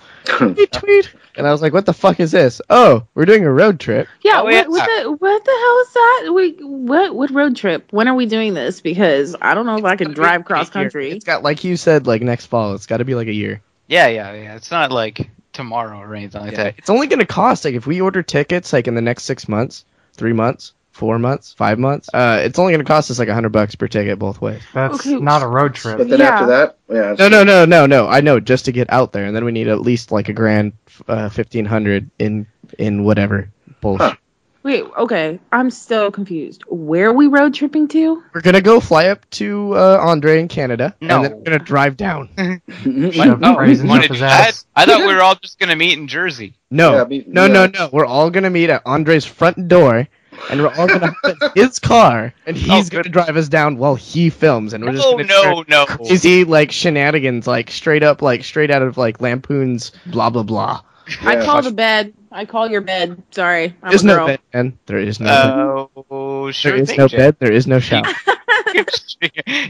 C: tweet, and I was like, "What the fuck is this? Oh, we're doing a road trip."
A: Yeah,
C: Oh,
A: what,
C: yeah.
A: what the what the hell is that? We what what road trip? When are we doing this? Because I don't know if I can drive cross country.
C: It's got like you said, like next fall. It's got to be like a year.
F: Yeah, yeah, yeah. It's not like tomorrow or anything
C: [laughs]
F: like that.
C: It's only going to cost like if we order tickets like in the next six months, three months, four months, five months. Uh, it's only going to cost us like a hundred bucks per ticket both ways.
O: That's not a road trip.
D: But then after that, yeah.
C: No, no, no, no, no. I know just to get out there, and then we need at least like a grand, uh, fifteen hundred in in whatever bullshit.
A: Wait, okay, I'm still confused. Where are we road tripping to?
C: We're gonna go fly up to uh, Andre in Canada,
A: No.
C: and then we're gonna drive down.
F: [laughs] What? Oh, you wanna do that? I thought we were all just gonna meet in Jersey.
C: No,
F: Yeah, be-
C: no,
F: yeah.
C: no, no. We're all gonna meet at Andre's front door, and we're all gonna hop
F: [laughs]
C: in his car, and
F: Oh,
C: he's gonna drive us down while he films, and we're just
F: No,
C: gonna
F: no, no.
C: start crazy like shenanigans, like straight up, like straight out of like Lampoon's blah blah blah.
A: I call the bed. I call your bed. Sorry, I'm
C: There's
A: a
C: no
A: girl.
C: bed, man. There is no.
F: Oh,
C: bed.
F: Uh, sure
C: There is
F: thing,
C: no
F: Jay. [laughs]
C: bed. There is no shower.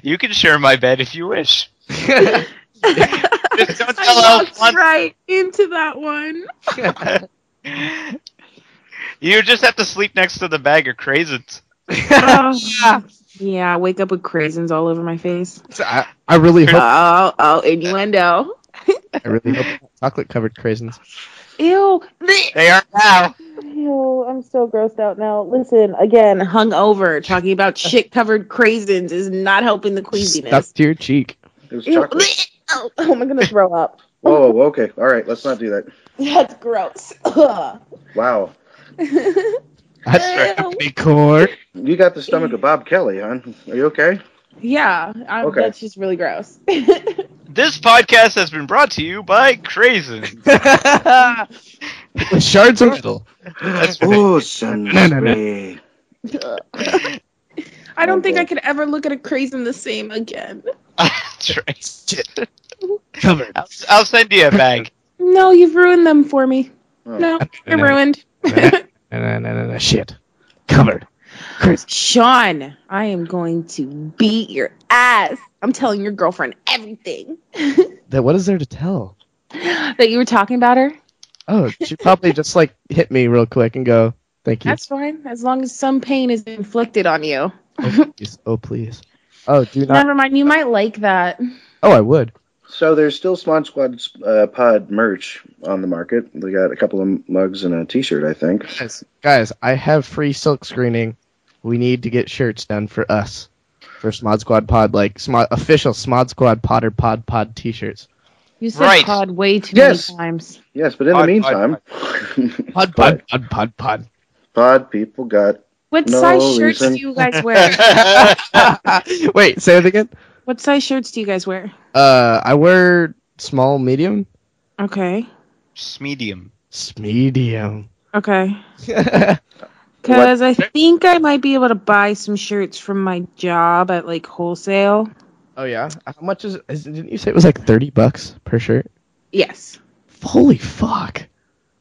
F: you can share my bed if you
C: [laughs]
F: wish.
A: I walked right into that
C: [laughs]
A: one. Oh.
F: You just have to sleep next to the bag of craisins.
A: Oh, yeah, I wake up with craisins all over my face.
C: I, I really hope.
A: Oh, oh, innuendo.
C: I really hope chocolate covered craisins.
A: Ew.
F: They are now.
A: Ew, I'm so grossed out now. Listen, again, hungover,
C: [laughs]
A: talking about shit covered craisins is not helping the
C: Stuck
A: queasiness.
C: to your cheek.
D: It was
A: Ew.
D: chocolate.
A: Oh, oh, I'm gonna throw up.
D: Whoa, Oh, okay, all right. Let's not do that.
A: [laughs] That's gross. [laughs]
C: [laughs]
D: Wow,
C: That's right. Corn.
D: You got the stomach of Bob Kelly, huh? Are you okay?
A: yeah, I,
D: Okay.
A: that's just really gross.
C: [laughs]
F: This podcast has been brought to you by Craisins.
C: With shards of metal.
D: Oh,
F: [laughs]
D: son.
C: No, no, no.
A: I don't think I could ever look at a craisin the same again.
F: That's right. I'll, I'll send you
C: [laughs]
F: a [laughs] bag.
A: No, you've ruined them for me. No, you're
C: No.
A: ruined. [laughs]
C: No, no, no, no, no, shit. Covered.
A: Sean, I am going to beat your ass. I'm telling your girlfriend everything [laughs]
C: That what is there to tell?
A: that you were talking about her.
C: Oh,
F: [laughs]
C: she probably just like hit me real quick and go, "Thank you."
A: That's fine, as long as some pain is inflicted on you.
C: Oh please. Oh, please. Oh, do not.
A: Never mind, you might like that.
C: Oh, I would.
D: So there's still Smod Squad uh, Pod merch on the market. We got a couple of mugs and a T-shirt, I think.
C: Guys, guys, I have free silk screening. We need to get shirts done for us, for Smod Squad Pod, like Smod, official Smod Squad Potter Pod Pod T-shirts.
A: You said
C: Right.
A: pod way too
C: Yes.
A: many times.
D: Yes, but in
C: Pod,
D: the meantime,
C: Pod Pod Pod Pod Pod.
D: Pod people got.
A: What
D: no
A: size shirts
D: reason.
A: do you guys wear?
C: [laughs]
D: [laughs]
C: Wait, say it again.
A: what size shirts do you guys wear?
C: Uh, I wear small, medium,
A: Okay.
F: medium,
C: medium. [laughs]
A: Okay. Because I think I might be able to buy some shirts from my job at like wholesale.
C: Oh yeah. How much is? is didn't you say it was like thirty bucks per shirt?
A: Yes.
C: Holy fuck!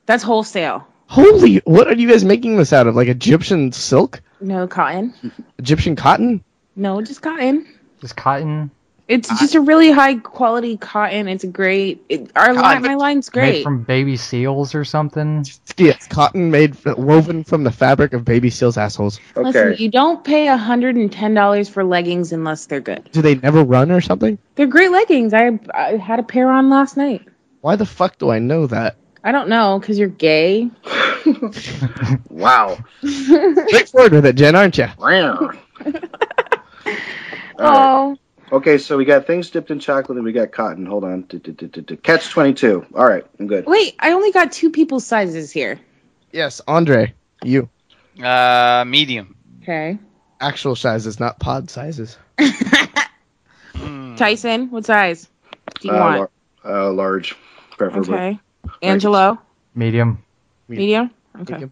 A: That's wholesale.
C: Holy! What are you guys making this out of? Like Egyptian silk,
A: No
C: [laughs]
A: cotton.
C: Egyptian cotton?
A: No, just cotton.
O: Just cotton.
A: It's just a really high quality cotton. It's great. It, our line, my line's
O: Made
A: great.
O: from baby seals or something.
C: Yes, cotton made woven from the fabric of baby seals' assholes.
A: Listen, you don't pay hundred and ten dollars for leggings unless they're good.
C: Do they never run or something?
A: They're great leggings. I I had a pair on last night.
C: Why the fuck do I know that?
A: I don't know because you're gay.
D: Wow.
C: Straightforward with it, Jen, aren't you?
A: Oh.
D: Okay, so we got things dipped in chocolate and we got cotton. Hold on. Du-du-du-du-du. Catch 22. All right, I'm good.
A: Wait, I only got two people's sizes here.
C: Yes, Andre, you.
F: uh, medium.
A: Okay.
C: Actual sizes, not pod sizes.
A: Hmm. Tyson, what size do you
D: uh,
A: want?
D: lar- uh, large, preferably.
A: Okay. Angelo,
O: Medium.
A: medium. Okay.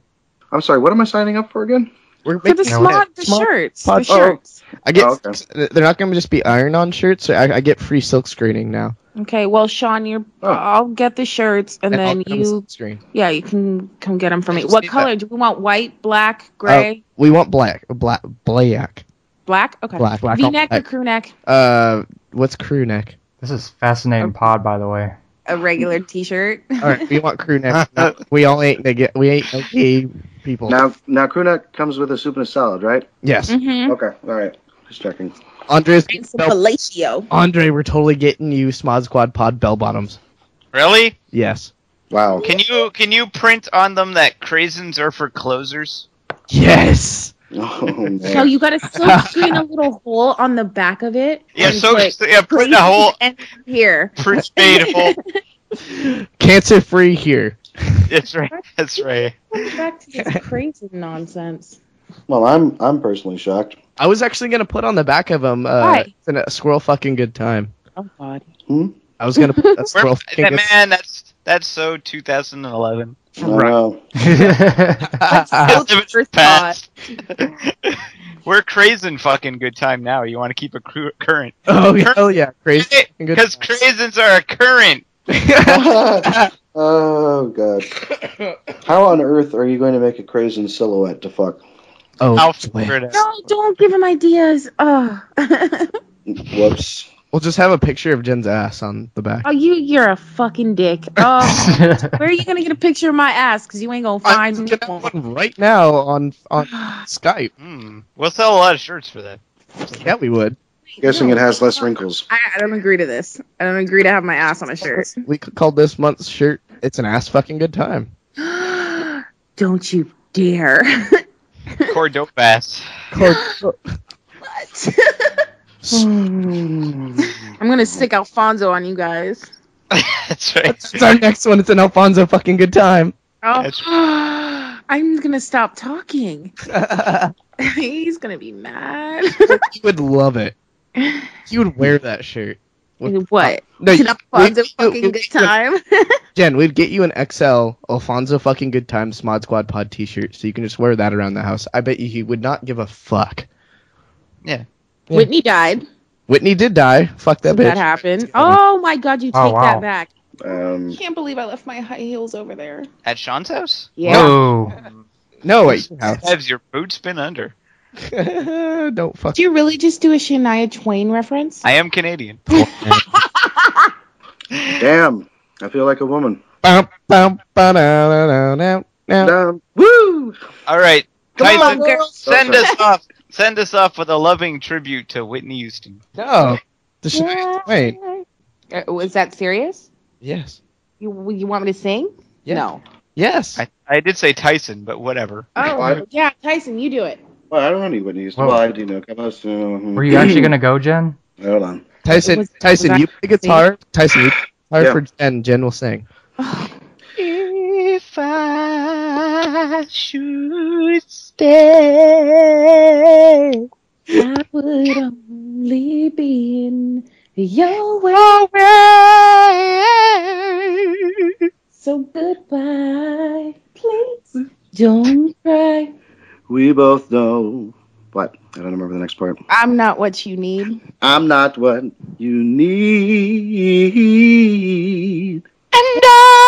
D: I'm sorry, what am I signing up for again?
C: We're
A: For the smod, the shirts, the shirts.
C: I
D: Oh,
C: get. They're not going to just be iron-on shirts. So I, I get free silk screening now.
A: Okay. Well, Sean, you're. I'll get the shirts Oh. and,
C: And I'll
A: then
C: get 'em
A: you.
C: screen.
A: Yeah, you can come get them for me.
C: just
A: What
C: need
A: color
C: that.
A: do we want? White, black, gray,
C: Oh, we want black, black, black.
A: black. Okay.
C: Black, black,
A: V neck or
C: black.
A: crew neck?
C: Uh, what's crew neck? Oh.
O: This is fascinating pod, by the way.
A: A regular T-shirt. [laughs]
C: All right, we want crew
D: [laughs]
C: neck. No, we all ain't gonna get. We ain't no gay people.
D: Now, now Kruna comes with a soup and a salad, right?
C: Yes. Mhm.
D: Okay, all right. Just checking.
C: Andre's
A: Bel- Pallatio.
C: Andre, we're totally getting you Smod Squad pod bell bottoms.
F: Really?
C: Yes.
D: Wow.
F: Can you can you print on them that craisins are for closers?
C: Yes.
A: No, you gotta
F: [laughs]
A: still screen a little hole on the back of it.
F: Yeah,
A: and
F: so-
A: put
F: so- yeah, put the
A: places
F: hole-
A: and
F: [laughs]
A: here.
F: Print made a hole.
C: Cancer free here.
F: That's right. That's right.
A: Back to this crazy nonsense.
D: Well, I'm I'm personally shocked.
C: I was actually gonna put on the back of them. Uh,
A: Why?
C: it's an- a squirrel fucking good time.
A: Oh God.
D: Hmm?
C: I was gonna
F: [laughs]
C: put a squirrel fucking
F: That,
C: good
F: man, that's that's so 2011.
C: [laughs]
D: Right.
F: [laughs] Past. [laughs] We're crazen fucking good time now. You want to keep a cru- current?
C: [laughs] Oh hell yeah, crazy.
F: Because craisins are a current.
D: [laughs] oh god. How on earth are you going to make a crazy silhouette to fuck?
C: Oh,
F: I'll
C: figure
F: it
A: No, don't give him ideas. Ugh.
D: Whoops.
C: We'll just have a picture of Jen's ass on the back.
A: Oh, you, you're a fucking dick.
F: [laughs]
A: Oh,
O: [laughs]
A: where are you gonna get a picture of my ass? Cause you ain't gonna find me one.
C: Right now on on
A: [gasps]
C: Skype.
F: We'll sell a lot of shirts for that.
C: Yeah, we would.
D: Guessing it has less
F: [laughs]
D: wrinkles.
A: I, I don't agree to this. I don't agree to have my ass on a shirt.
C: We could call this month's shirt "It's an ass fucking good time."
A: [gasps] Don't you
C: [laughs]
A: dare!
F: Cordoba ass.
A: [gasps]
C: [laughs]
A: Hmm. I'm gonna stick Alfonso on you guys.
F: [laughs] That's right.
C: It's our next one. It's an Alfonso fucking good time. [laughs]
A: Oh, [gasps] I'm gonna stop
F: [laughs]
A: talking. [laughs] He's gonna be mad.
C: He would love it. He would wear that shirt.
A: [laughs]
C: Uh,
A: what?
C: No,
A: It's an
C: you-
A: Alfonso
C: we-
A: fucking
C: we-
A: good time. [laughs]
C: Jen, we'd get you an XL Alfonso fucking good time Smod Squad Pod T-shirt, so you can just wear that around the house. I bet you he would not give a fuck.
F: Yeah.
A: Whitney died.
C: Whitney did die. Fuck that
A: That,
C: bitch.
A: happened. Oh my god, you take
C: Oh, wow.
A: that back.
D: Um,
A: can't believe I left my high heels over there.
F: At Sean's house? [laughs]
C: No, wait. house.
F: Have your boots been under?
C: [laughs] Don't fuck.
A: Do you really just do a Shania
C: [laughs]
A: Twain reference?
F: I am Canadian.
D: Damn. I feel like a woman.
C: Bum, bum, ba, da, da, da, da, da.
D: Woo!
F: All right.
D: Come on,
F: Tyson,
D: girls.
F: send
D: Sorry.
F: us off. Send us off with a loving tribute to Whitney Houston.
C: No. The Shania Twain.
A: Uh, Is that serious?
C: Yes.
A: You you want me to sing? No.
C: Yes.
F: I, I did say Tyson, but whatever.
A: Oh yeah, Tyson, you do it.
D: Well, I don't know anybody who's. Well, I do know. Come on, so-
O: Were you actually going to go, Jen?
D: Hold on.
C: Tyson,
D: Was-
C: Tyson,
D: was
C: you
D: that
C: play guitar. Tyson, you play
D: Yeah.
C: guitar for Jen. Jen will sing.
E: If I should stay, I would only be in your way. So goodbye, please. Don't cry.
D: We both know. What? I don't remember the next part.
A: I'm not what you need.
D: I'm not what you need.
C: [laughs]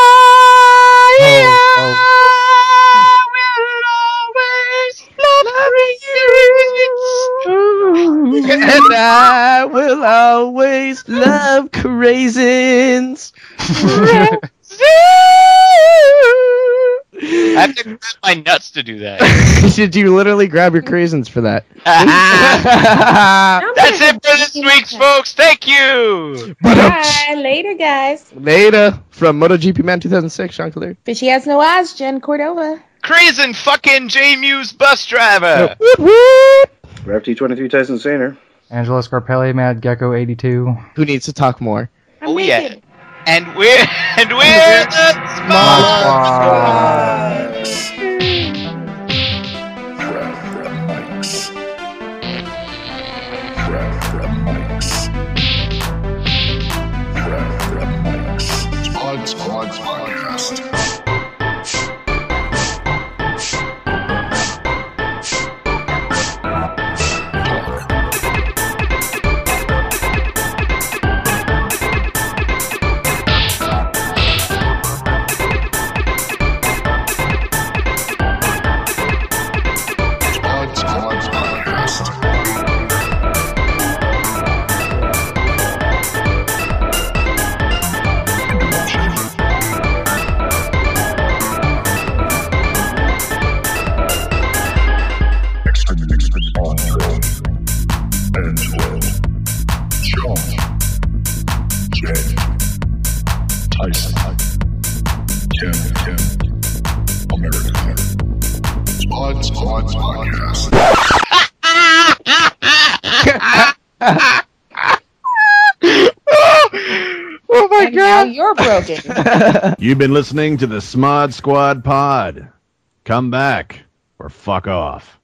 O: Oh,
C: and I will always love craisins.
F: I have to grab my [laughs] nuts to do that.
C: Did [laughs] you literally grab your craisins for that?
F: That's it for this week's folks. Thank you.
A: Bye later, guys.
C: Later from MotoGP Man 2006, Sean Clear.
A: But she has no eyes, Jen Cordova.
F: Crazen fucking J Muse bus driver. Oh,
D: Rev T23 Tyson Saner.
O: Angela Scarpelli, Mad Gecko 82.
C: Who needs to talk more?
F: oh yeah. And we're [laughs] and we're the Small
P: Squad Squad Podcast. Squad Squad Podcast. Angelo, John, Jay, Tyson, Kim, Kim, America, Squad Squad
A: [laughs] Oh
P: Podcast.
A: Oh my and god. Now you're broken.
B: [laughs] You've been listening to the Smod Squad Pod. Come back or fuck off.